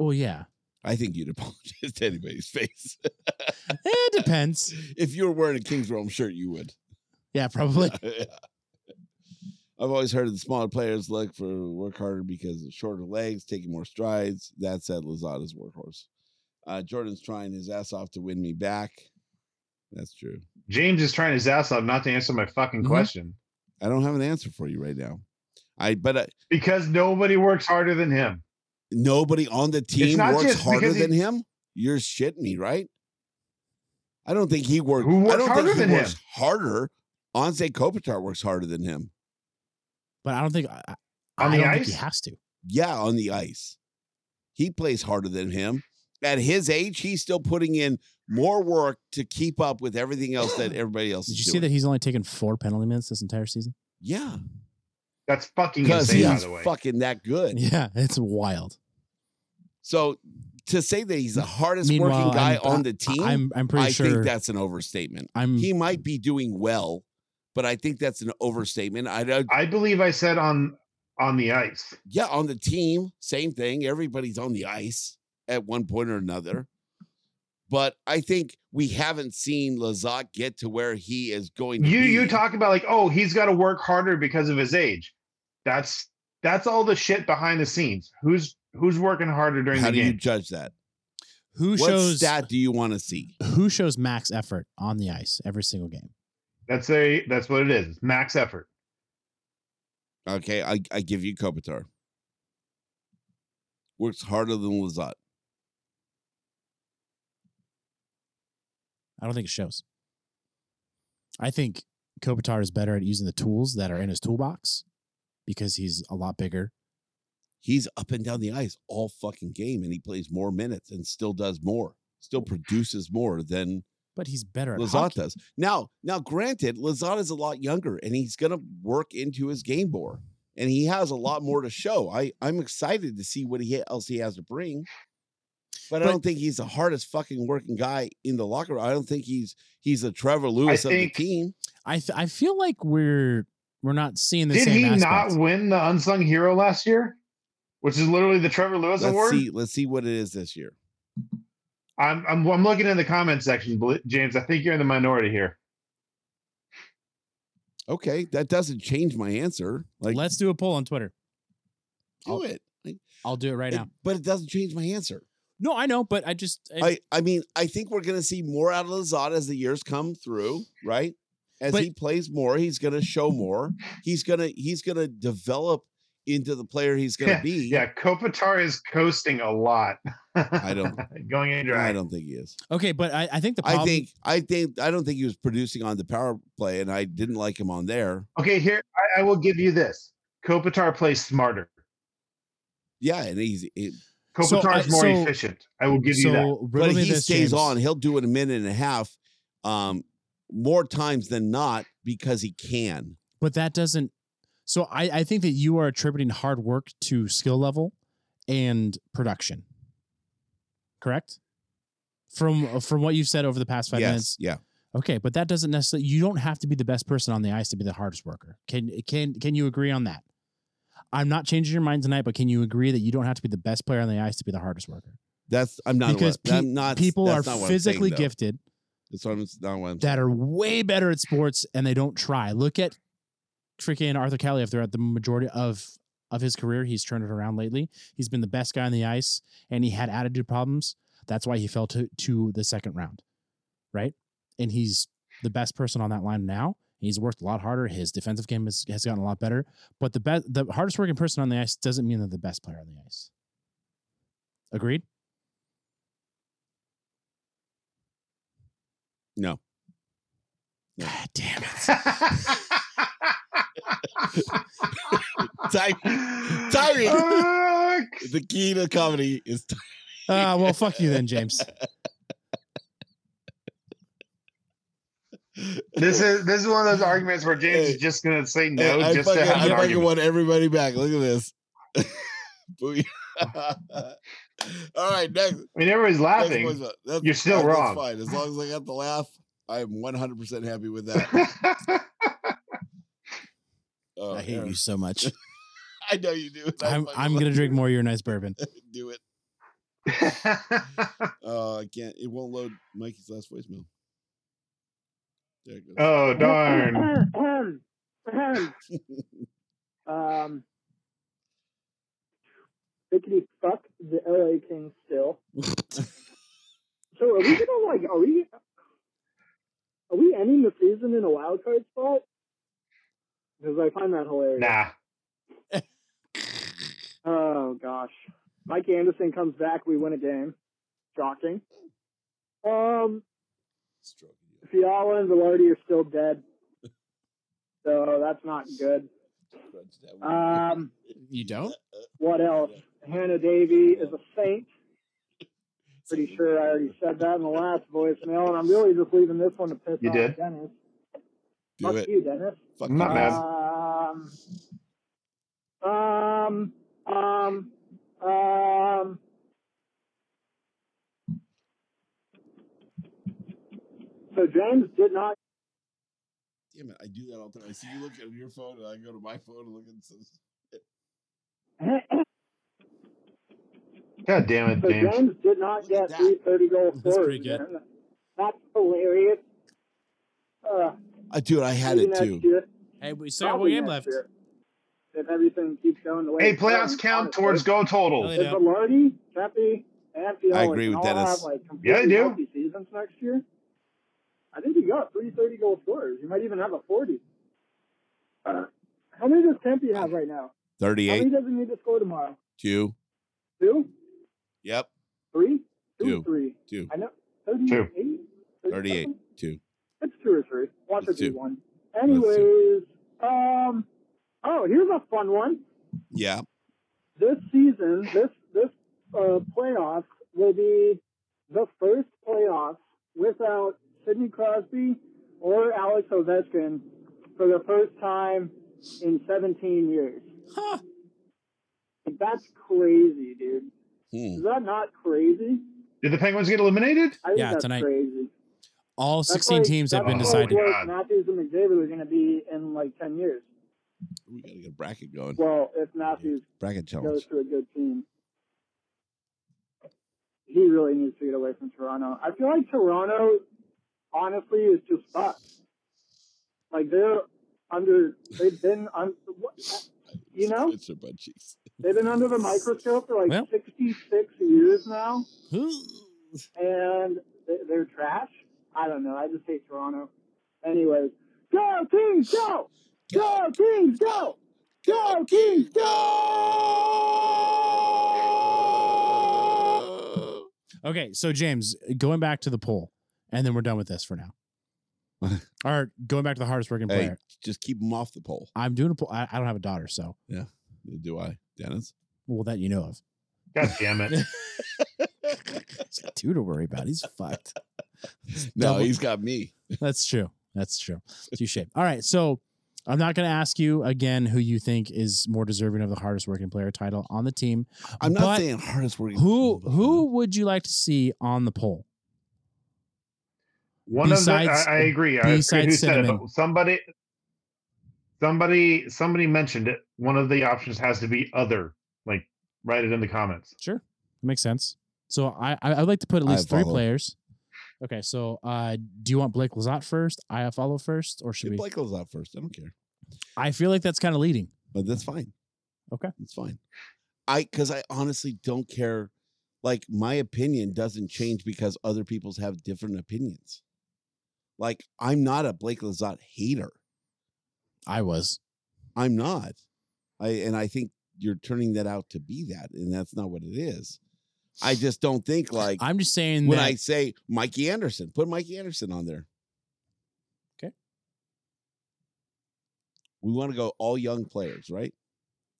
Oh yeah,
I think you'd apologize to anybody's face.
Eh, it depends.
if you were wearing a Kings Rome shirt, you would.
Yeah, probably.
I've always heard the smaller players look for work harder because of shorter legs, taking more strides. That said, Lozada's workhorse. Uh, Jordan's trying his ass off to win me back. That's true.
James is trying his ass off not to answer my fucking
Mhm.
question
I don't have an answer for you right now. I but uh,
because nobody works harder than him.
nobody on the team
not
works
just
harder
because he-
than him. You're shitting me, right? I don't think he worked.
Who
I
works
don't
harder
think
than
he
him?
works harder. Anze Kopitar works harder than him.
But I don't think I, I
On the
don't think he
ice?
has to.
Yeah, on the ice. He plays harder than him. At his age, he's still putting in more work to keep up with everything else that everybody else
Did
is
you see
doing.
that he's only taken four penalty minutes this entire season?
Yeah.
That's fucking
Because
insane, by
he's
the way.
fucking that good.
Yeah, it's wild.
So to say that he's the hardest
Meanwhile,
working guy
I'm-
on the team, i
I'm I'm pretty sure Mm.
think that's an overstatement.
I'm
He might be doing well, but I think that's an overstatement. I don't
I believe I said on on the ice.
yeah, on the team, same thing. Everybody's on the ice at one point or another. But I think we haven't seen Lazat get to where he is going. To
You
be.
you talk about like, oh, he's got to work harder because of his age. That's that's all the shit behind the scenes. Who's who's working harder during
How
the
do you
game?
judge that?
who
what
shows
stat do you want to see?
who shows max effort on the ice every single game.
That's a that's what it is. It's max effort.
Okay, I, I give you Kopitar. Works harder than Lazat.
I don't think it shows. I think Kopitar is better at using the tools that are in his toolbox because he's a lot bigger.
He's up and down the ice all fucking game, and he plays more minutes and still does more, still produces more than
But he's better at
Lazat
hockey.
does. Now, now, granted, Lazat is a lot younger, and he's going to work into his game more, and he has a lot more to show. I I'm excited to see what he else he has to bring. But, I
But-
don't think he's the hardest fucking working guy in the locker room. I don't think he's he's a Trevor Lewis of
think-
the team.
I th- I feel like we're we're not seeing the
Did
same.
he
aspects.
not win the unsung hero last year? Which is literally the Trevor Lewis
Let's
award.
see. Let's see what it is this year.
I'm, I'm I'm looking in the comment section, Bl- James. I think you're in the minority here.
Okay, that doesn't change my answer. Like,
Let's do a poll on Twitter.
do it. Like,
I'll do it right
it-
now.
but it doesn't change my answer.
No, I know, but I just I,
I, I mean, I think we're going to see more out of Lazada as the years come through, right? As
But-
he plays more, he's going to show more. He's going to he's going to develop into the player he's going to be.
Yeah, Kopitar is coasting a lot.
I don't-
going in dry.
I don't think he is.
okay, but I, I think the problem.
I think I think I don't think he was producing on the power play, and I didn't like him on there.
Okay, here I, I will give you this. Kopitar plays smarter.
Yeah, and he's he-
Kopitar
So I-
is more
so-
efficient. I will give
so
you that.
but
riddle
if
me
he
this,
stays
James.
on, he'll do it a minute and a half, um, more times than not because he can.
but that doesn't. So I I think that you are attributing hard work to skill level and production. Correct. From uh, from what you've said over the past five
yes,
minutes,
yeah.
okay, but that doesn't necessarily. You don't have to be the best person on the ice to be the hardest worker. Can can can you agree on that? I'm not changing your mind tonight, but can you agree that you don't have to be the best player on the ice to be the hardest worker?
That's I'm not
Because
aware- I'm not
People
that's
are
not what I'm saying,
physically
though.
gifted
That's what I'm, that's not what I'm
that are way better at sports and they don't try. Look at freaking Arthur Kelly if they're at the majority of of his career. He's turned it around lately. He's been the best guy on the ice and he had attitude problems. That's why he fell to, to the second round. Right? And he's the best person on that line now. He's worked a lot harder. His defensive game has, has gotten a lot better. But the best the hardest working person on the ice doesn't mean they're the best player on the ice. Agreed?
No.
God damn it.
Ty- Tyree. the key to comedy is t-
Uh, well, fuck you then, James.
this is this is one of those arguments where James is just gonna say no
I,
just
fucking,
to have
I
an
fucking
argument.
want everybody back. Look at this. Booyah. All right, next.
I mean, everybody's
next
laughing.
one's- that's-
You're still
that's
wrong.
fine. As long as I got the laugh, I'm 100 percent happy with that. Oh,
I hate
Aaron.
you so much.
I know you do. and I
I'm
fucking
I'm
love
gonna
you.
drink more of your nice bourbon.
Do it. Oh, I can't. It won't load Mikey's last voicemail. There it goes.
oh darn!
um, Bickety fuck the LA Kings still. so are we gonna like? Are we? Are we ending the season in a wild card spot? Because I find that hilarious.
Nah,
Oh gosh, Mike Anderson comes back. We win a game. Shocking. Um, Fiala and Velarde are still dead, so that's not good. Um,
You don't?
what else? Hannah Davy is a saint. Pretty sure I already said that in the last voicemail, and I'm really just leaving this one to piss
You
off
did.
Dennis.
Do
Fuck
it.
you, Dennis.
Fuck
I'm not
you.
mad.
Um, um, um, um. So James did not.
Damn it! I do that all the time. I see you looking at your phone, and I go to my phone and look at some.
god damn it,
So
James!
James did
Look
not
at
get
that.
three thirty goal
That's
scorers.
pretty good.
man. That's hilarious. Uh,
Uh, dude, I had
maybe
it
next
too.
year.
Hey, we still got one
Probably
game
next
left.
year, if everything keeps going the way.
Hey,
it's going,
playoffs count
honestly.
towards goal
No,
total.
they
Is
don't.
Velarde, Pepe, and Fiala
I agree with
can all
Dennis.
have like
Yeah, they
completely
do.
healthy seasons next year? I think you got three 30 goal scorers. You might even have a 40. Uh, how many does Tempe have right now? How many
Thirty-eight,
does he need to score tomorrow?
two.
Two?
Yep,
Three?
Two.
Three.
two,
I know. 38?
Two.
38,
37?
two.
It's two or three. Watch
It's
it be
two.
one.
two.
Anyways, um, Oh, here's a fun one.
Yeah.
This season, this this uh, playoffs will be the first playoffs without Sidney Crosby or Alex Ovechkin for the first time in 17 years.
Huh.
Like, That's crazy, dude.
Hmm.
Is that not crazy?
Did the Penguins get eliminated?
I think
Yeah,
that's
tonight.
crazy.
All
That's
16
why-
teams have
that's
been
why
decided.
Blake
God.
Matthews and McDavid are going to be in like 10 years.
We got to get a bracket going.
Well, if Matthews
Bracket
goes
challenge.
to a good team. He really needs to get away from Toronto. I feel like Toronto, honestly, is just fucked. Like they're under, they've been un, what- you know,
It's a bunchies.
they've been under the microscope for like
Well.
66 years now,
Who-
and they- they're trash. I don't know. I just hate Toronto. Anyways, go Kings, go, go Kings, go, go Kings,
Go!
Okay, so James, going back to the poll, and then we're done with this for now. or going back to the hardest working
Hey,
player.
just keep them off the pole.
I'm doing a poll. I, I don't have a daughter, so
Do I, Dennis?
well that you know of.
God damn it.
He's got two to worry about. He's fucked.
No,
Double-
he's got me.
That's true. That's true. Touche. All right. So I'm not going to ask you again who you think is more deserving of the hardest working player title on the team.
I'm not
But
saying hardest working.
Who who would you like to see on the poll?
One of
Besides-
the, I, I agree. I forget who
besides
said it,
cinnamon.
but somebody, somebody, somebody mentioned it. One of the options has to be other. Like, write it in the comments.
Sure, makes sense. So I I- I'd like to put at least three
follow.
players. Okay, so uh, do you want Blake Lazat first? I follow first, or should
Should
we?
Blake goes out first. I don't care,
I feel like that's kind of leading.
but that's fine.
Okay.
that's fine. I because I honestly don't care. Like my opinion doesn't change because other people's have different opinions. Like I'm not a Blake Lazat hater.
I was.
I'm not. I and I think you're turning that out to be that, and that's not what it is. I just don't think like
I'm just saying
when
that.
I say Mikey Anderson, put Mikey Anderson on there.
Okay.
We want to go all young players, right?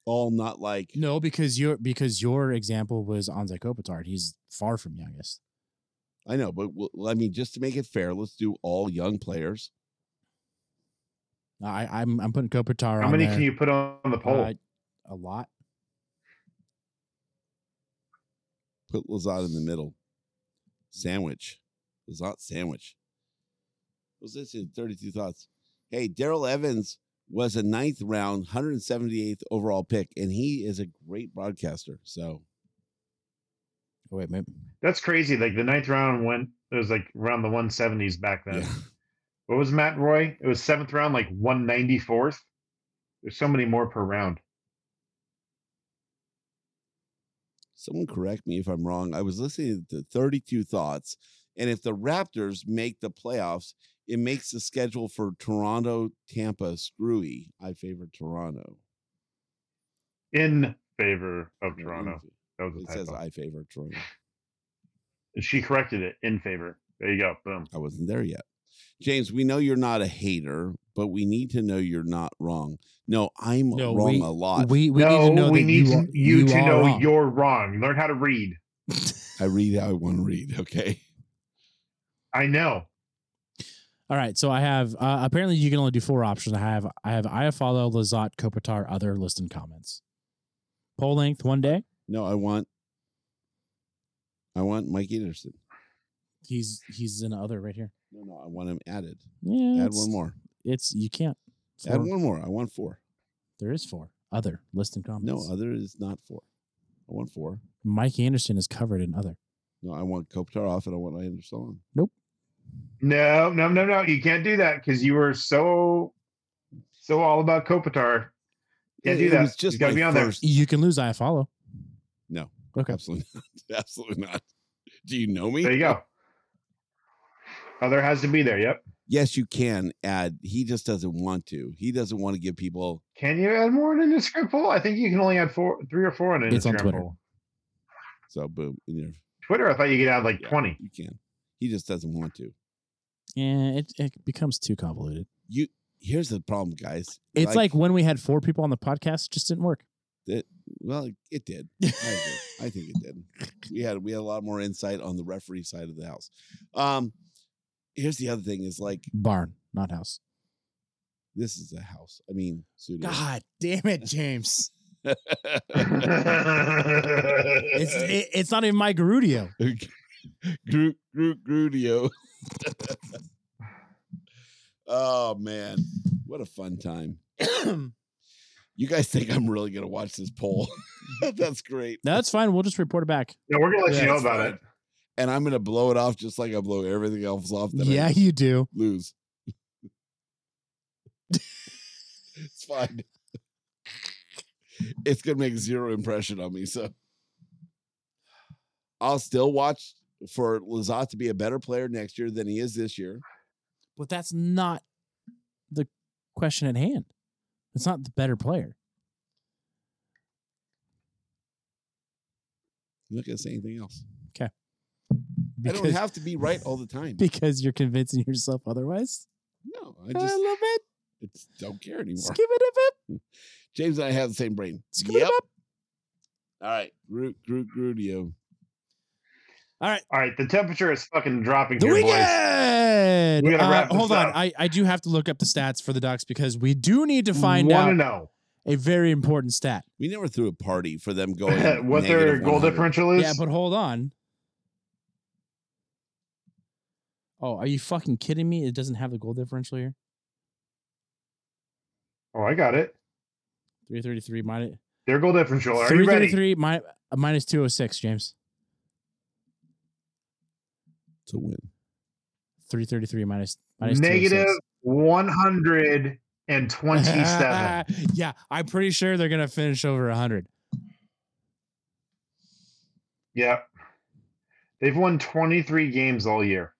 All not like
no, because your because your example was Anze Kopitar. He's far from youngest.
I know, but we'll, I mean, just to make it fair, let's do all young players.
I I'm I'm putting Kopitar.
How
on
many
there.
can you put on the poll?
Uh, a lot.
Put Lazat in the middle. Sandwich, Lazat sandwich. Was this in thirty-two thoughts? Hey, Daryl Evans was a ninth round, hundred and seventy-eighth overall pick, and he is a great broadcaster. So
Oh, wait, maybe.
That's crazy. Like the ninth round went. It was like around the 170s back then.
yeah.
What was Matt Roy? It was seventh round, like 194th. There's so many more per round.
Someone correct me if I'm wrong. I was listening to 32 Thoughts, and if the Raptors make the playoffs, it makes the schedule for Toronto, Tampa screwy. I favor Toronto.
In favor of Toronto. That was
It
a
says
typo.
I favor Toronto.
And she corrected it in favor. There you go. Boom.
I wasn't there yet. James, we know you're not a hater, but we need to know you're not wrong. No, I'm
No,
wrong
we-
a lot.
We we
no,
need to know
we
that
need
you,
to-
are-
you, to
are
know
wrong.
you're wrong. Learn how to read.
I read how I want to
Mm.
read. Okay.
I know.
All right, so I have uh, apparently you can only do four options. I have I have Iafallo, Lazat, Kopitar, other list and comments. Poll length one day.
No, I want. I want Mike Anderson.
He's he's in other right here.
No, no, I want him added.
Yeah,
Add
it's,
one more.
It's you can't.
Add
Four.
one more. I want four.
There is four other list and
No,
comments.
other is not four. I want four.
Mike Anderson is covered in other.
No, I want Kopitar off and I want Anderson on.
No, no, no, no. You can't do that because you were so, so all about Kopitar. Can't
It-
do
it
that.
was just
He's gotta
my
be on there.
first-
You can lose Iafallo.
No,
Okay.
absolutely not. Absolutely not. Do you know me?
There you go. Other has to be there. Yep.
Yes, you can add. He just doesn't want to. He doesn't want to give people.
Can you add more in an Instagram poll? I think you can only add four, three or four in an
It's on
Instagram
Twitter.
poll.
So boom, in your,
Twitter, I thought you could add like
Yeah.
20.
you can. He just doesn't want to.
Yeah, it, it becomes too convoluted.
You here's the problem, guys.
It's like, when we had four people on the podcast, just didn't work.
well, it did. I, agree. I think it did. We had we had a lot more insight on the referee side of the house. Um, here's the other thing: is like
Barn, not house.
this is a house. I mean, studio.
God damn it, James. It's
it's,
it, it's not even my Garudio.
Gru, Gru, Grudio. oh man, what a fun time! You guys think I'm really gonna watch this poll? That's great,
Mm-hmm. No, that's fine. We'll just report it back.
no, we're gonna let
Yeah,
you know
it's
about
fine.
it.
and I'm gonna blow it off just like I blow everything else off that
Yeah,
I
you do.
lose. it's fine. It's gonna make zero impression on me, so I'll still watch for Lazat to be a better player next year than he is this year.
But that's not the question at hand. It's not the better player.
I'm not gonna say anything else. I
Because,
don't have to be right all the time.
because you're convincing yourself otherwise.
No, I
I,
just
love it.
it's, don't care anymore.
Skip it up it.
James and I have the same brain.
Skip it
Yep.
up.
All right. Groot, Groot, Grootio.
All right, the temperature is fucking dropping
The
here, boys.
weekend.
We gotta wrap this
Uh, hold on.
up.
I, I do have to look up the stats for the Ducks because we do need to find
Wanna
out
know
a very important stat.
We never threw a party for them going.
what their
Oh, negative
goal
100.
differential is.
Yeah, but hold on. Oh, are you fucking kidding me? It doesn't have the goal differential here.
oh, I got it.
333 minus
Their goal differential. Are you ready?
333 mi- uh, minus 206, James.
to win.
333 minus minus
Negative
206.
one hundred and twenty-seven.
yeah, I'm pretty sure they're going to finish over 100.
yep. They've won twenty-three games all year.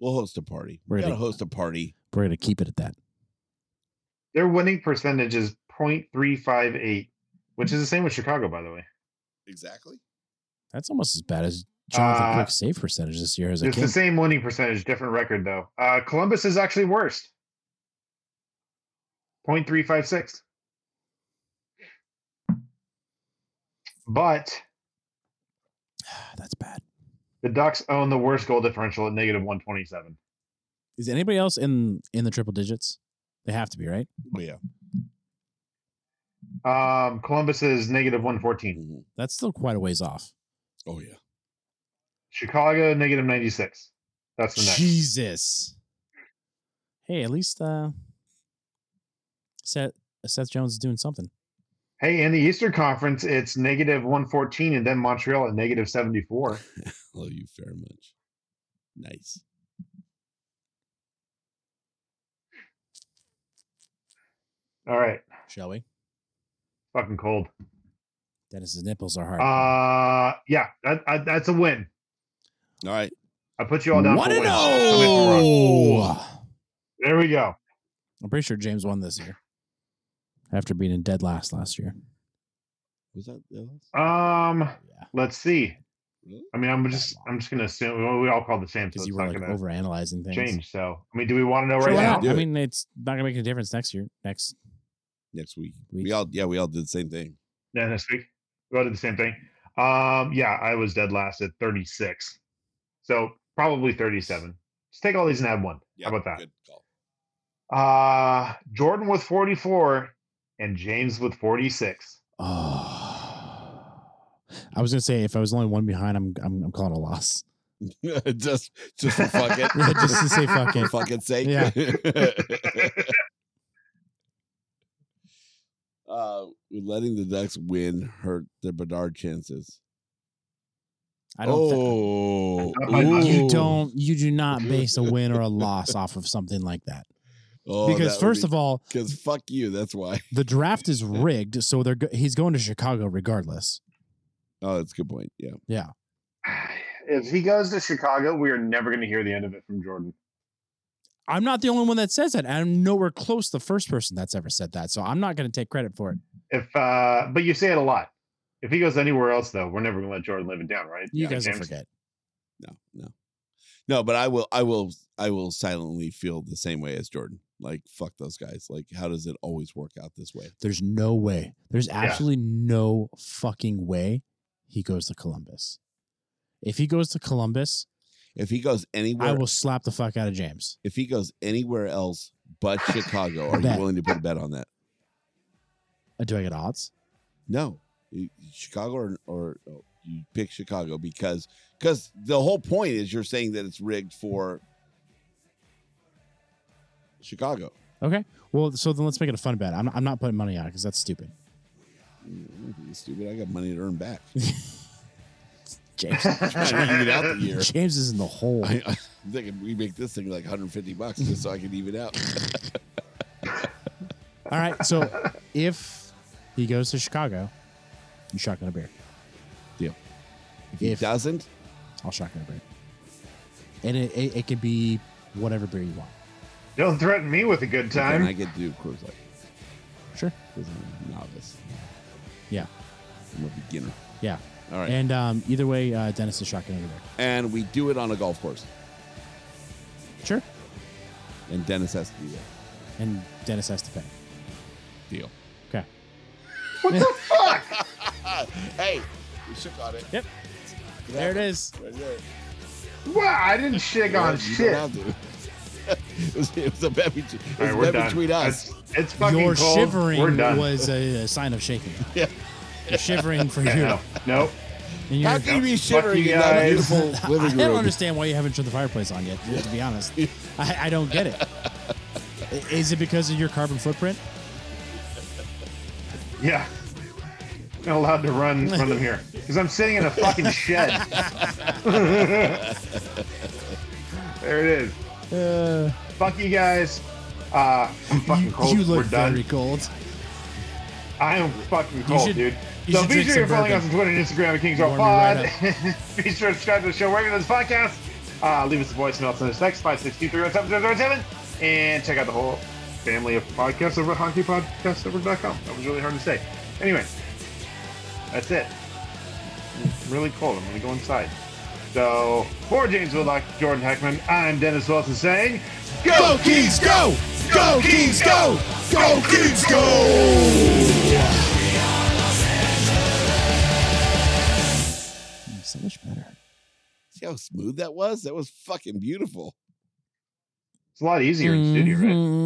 We'll host a party.
We're
We gotta
gonna-
host a party.
We're going to keep it at that.
Their winning percentage is 0.358, which is the same with Chicago, by the way.
Exactly.
That's almost as bad as Jonathan
Uh,
Quick's save percentage this year as a
It's the
king.
same winning percentage, different record though. Uh, Columbus is actually worst. 0.356. But
That's bad.
the Ducks own the worst goal differential at negative 127.
Is anybody else in in the triple digits? They have to be, right?
Oh yeah.
Um, Columbus is negative 114.
Mhm.
That's still quite a ways off.
Oh yeah.
Chicago, negative 96. That's the next.
Jesus. Hey, at least uh Seth Seth Jones is doing something.
Hey, in the Eastern Conference, it's negative 114 and then Montreal at negative 74.
Love you very much. Nice.
All right.
Shall we?
Fucking cold.
Dennis's nipples are hard.
Uh, yeah, that, I, that's a win.
All right.
I put you all down. for
One and
wins. Come in for us.
oh!
There we go.
I'm pretty sure James won this year. After being in dead last last year.
Was that the last?
Um,
Yeah.
let's see.
Really?
I mean, I'm just, I'm just gonna assume well, we all called the same, so
Because
it's
you were
not
like
gonna
overanalyzing things.
change. So, I mean, do we want to know
Sure,
right
why
now?
not?
Do
I
it.
mean, it's not gonna make a difference next year. Next
Next week.
week.
We all yeah, we all did the same thing.
Yeah, next week. We all did the same thing. Um, yeah, I was dead last at 36, so probably 37. Just take all these and add one.
Yeah,
How about that?
Good call.
Uh, Jordan with 44 and James with 46.
Oh. I was gonna say if I was only one behind, I'm I'm, I'm calling a loss.
just just for fuck it.
Yeah, just to say fuck
for
it.
fucking sake.
Yeah.
uh would letting the Ducks win hurt their Bedard chances.
I don't. thi-
oh,
I- I-
you
Ooh.
don't. You do not base a win or a loss off of something like that.
Oh,
Because first of all,
because fuck you, that's why.
the draft is rigged, so they're go- he's going to Chicago regardless.
Oh, that's a good point. Yeah.
If he goes to Chicago, we are never going to hear the end of it from Jordan.
I'm not the only one that says that. I'm nowhere close the first person that's ever said that. So I'm not going to take credit for it.
If uh but you say it a lot. If he goes anywhere else though, we're never gonna let Jordan live it down, right?
You
Yeah,
guys will
James?
forget.
No, no. No, but I will I will I will silently feel the same way as Jordan. Like, fuck those guys. Like, how does it always work out this way?
There's no way. There's absolutely no fucking way he goes to Columbus. If he goes to Columbus,
If he goes anywhere,
I will slap the fuck out of James.
if he goes anywhere else but Chicago, are you
Bet.
willing to put a bet on that?
Uh, Do I get odds?
No, You- Chicago or, or oh, you pick Chicago because because the whole point is you're saying that it's rigged for Chicago.
Okay. Well, so then let's make it a fun bet. I'm, I'm not putting money on it because that's stupid.
Mm, Stupid! I got money to earn back.
James,
I need it out the year.
James is in the hole.
I, I'm thinking we make this thing like 150 bucks just so I can even out.
All right. So if he goes to Chicago, you shotgun a beer.
If he
If-
doesn't,
I'll shotgun a beer. And it, it, it can be whatever beer you want.
Don't threaten me with a good
then I
time.
get to do cruise like
Sure.
because I'm a novice.
Yeah.
I'm a beginner.
Yeah.
All right,
And
and,
um, either way, uh, Dennis is shotgun a beer.
we do it on a golf course,
Sure.
and Dennis has to be there.
And Dennis has to pay.
Deal.
Okay.
hey, we shook on it.
Yep. There it is.
Right there.
Well, I didn't shig on
You
shit. All
don't have to. it, was, it was a bet between, it was
right,
a
we're
bet
done.
between us.
It's, it's fucking
Your
cold. We're
shivering
done.
was a, a sign of shaking.
Yeah.
You're shivering for
Yeah,
you.
no, no.
And you're,
How can you be
Fuck
shivering
you
in that
guys.
beautiful
I
living
don't
room?
understand why you haven't turned the fireplace on yet, to be honest. I, I don't get it. I- Is it because of your carbon footprint?
Yeah. Not allowed to run from them here because I'm sitting in a fucking shed. there it is.
Uh,
Fuck you guys. Uh, I'm fucking
you,
cold.
you look
We're done.
very cold.
I am fucking cold,
should-
dude.
you
So
should
be
drink
sure
some
you're following
bourbon.
us on Twitter and Instagram at Kings Roll
Warm you right
Pod. be sure to subscribe to the show wherever you listen to this podcast. Uh, leave us a voicemail send us a text 562-317-0007. and check out the whole family of podcasts over at hockeypodcastnetwork.com. That was really hard to say. Anyway, that's it. It's really cold. I'm gonna go inside. So for James Woodlock, Jordan Heckman, I'm Dennis Wilson saying,
Go Kings, go! Go Kings, go! Go Kings, go!
So much better.
See how smooth that was? That was fucking beautiful.
it's a lot easier in studio, right?
Mm-hmm.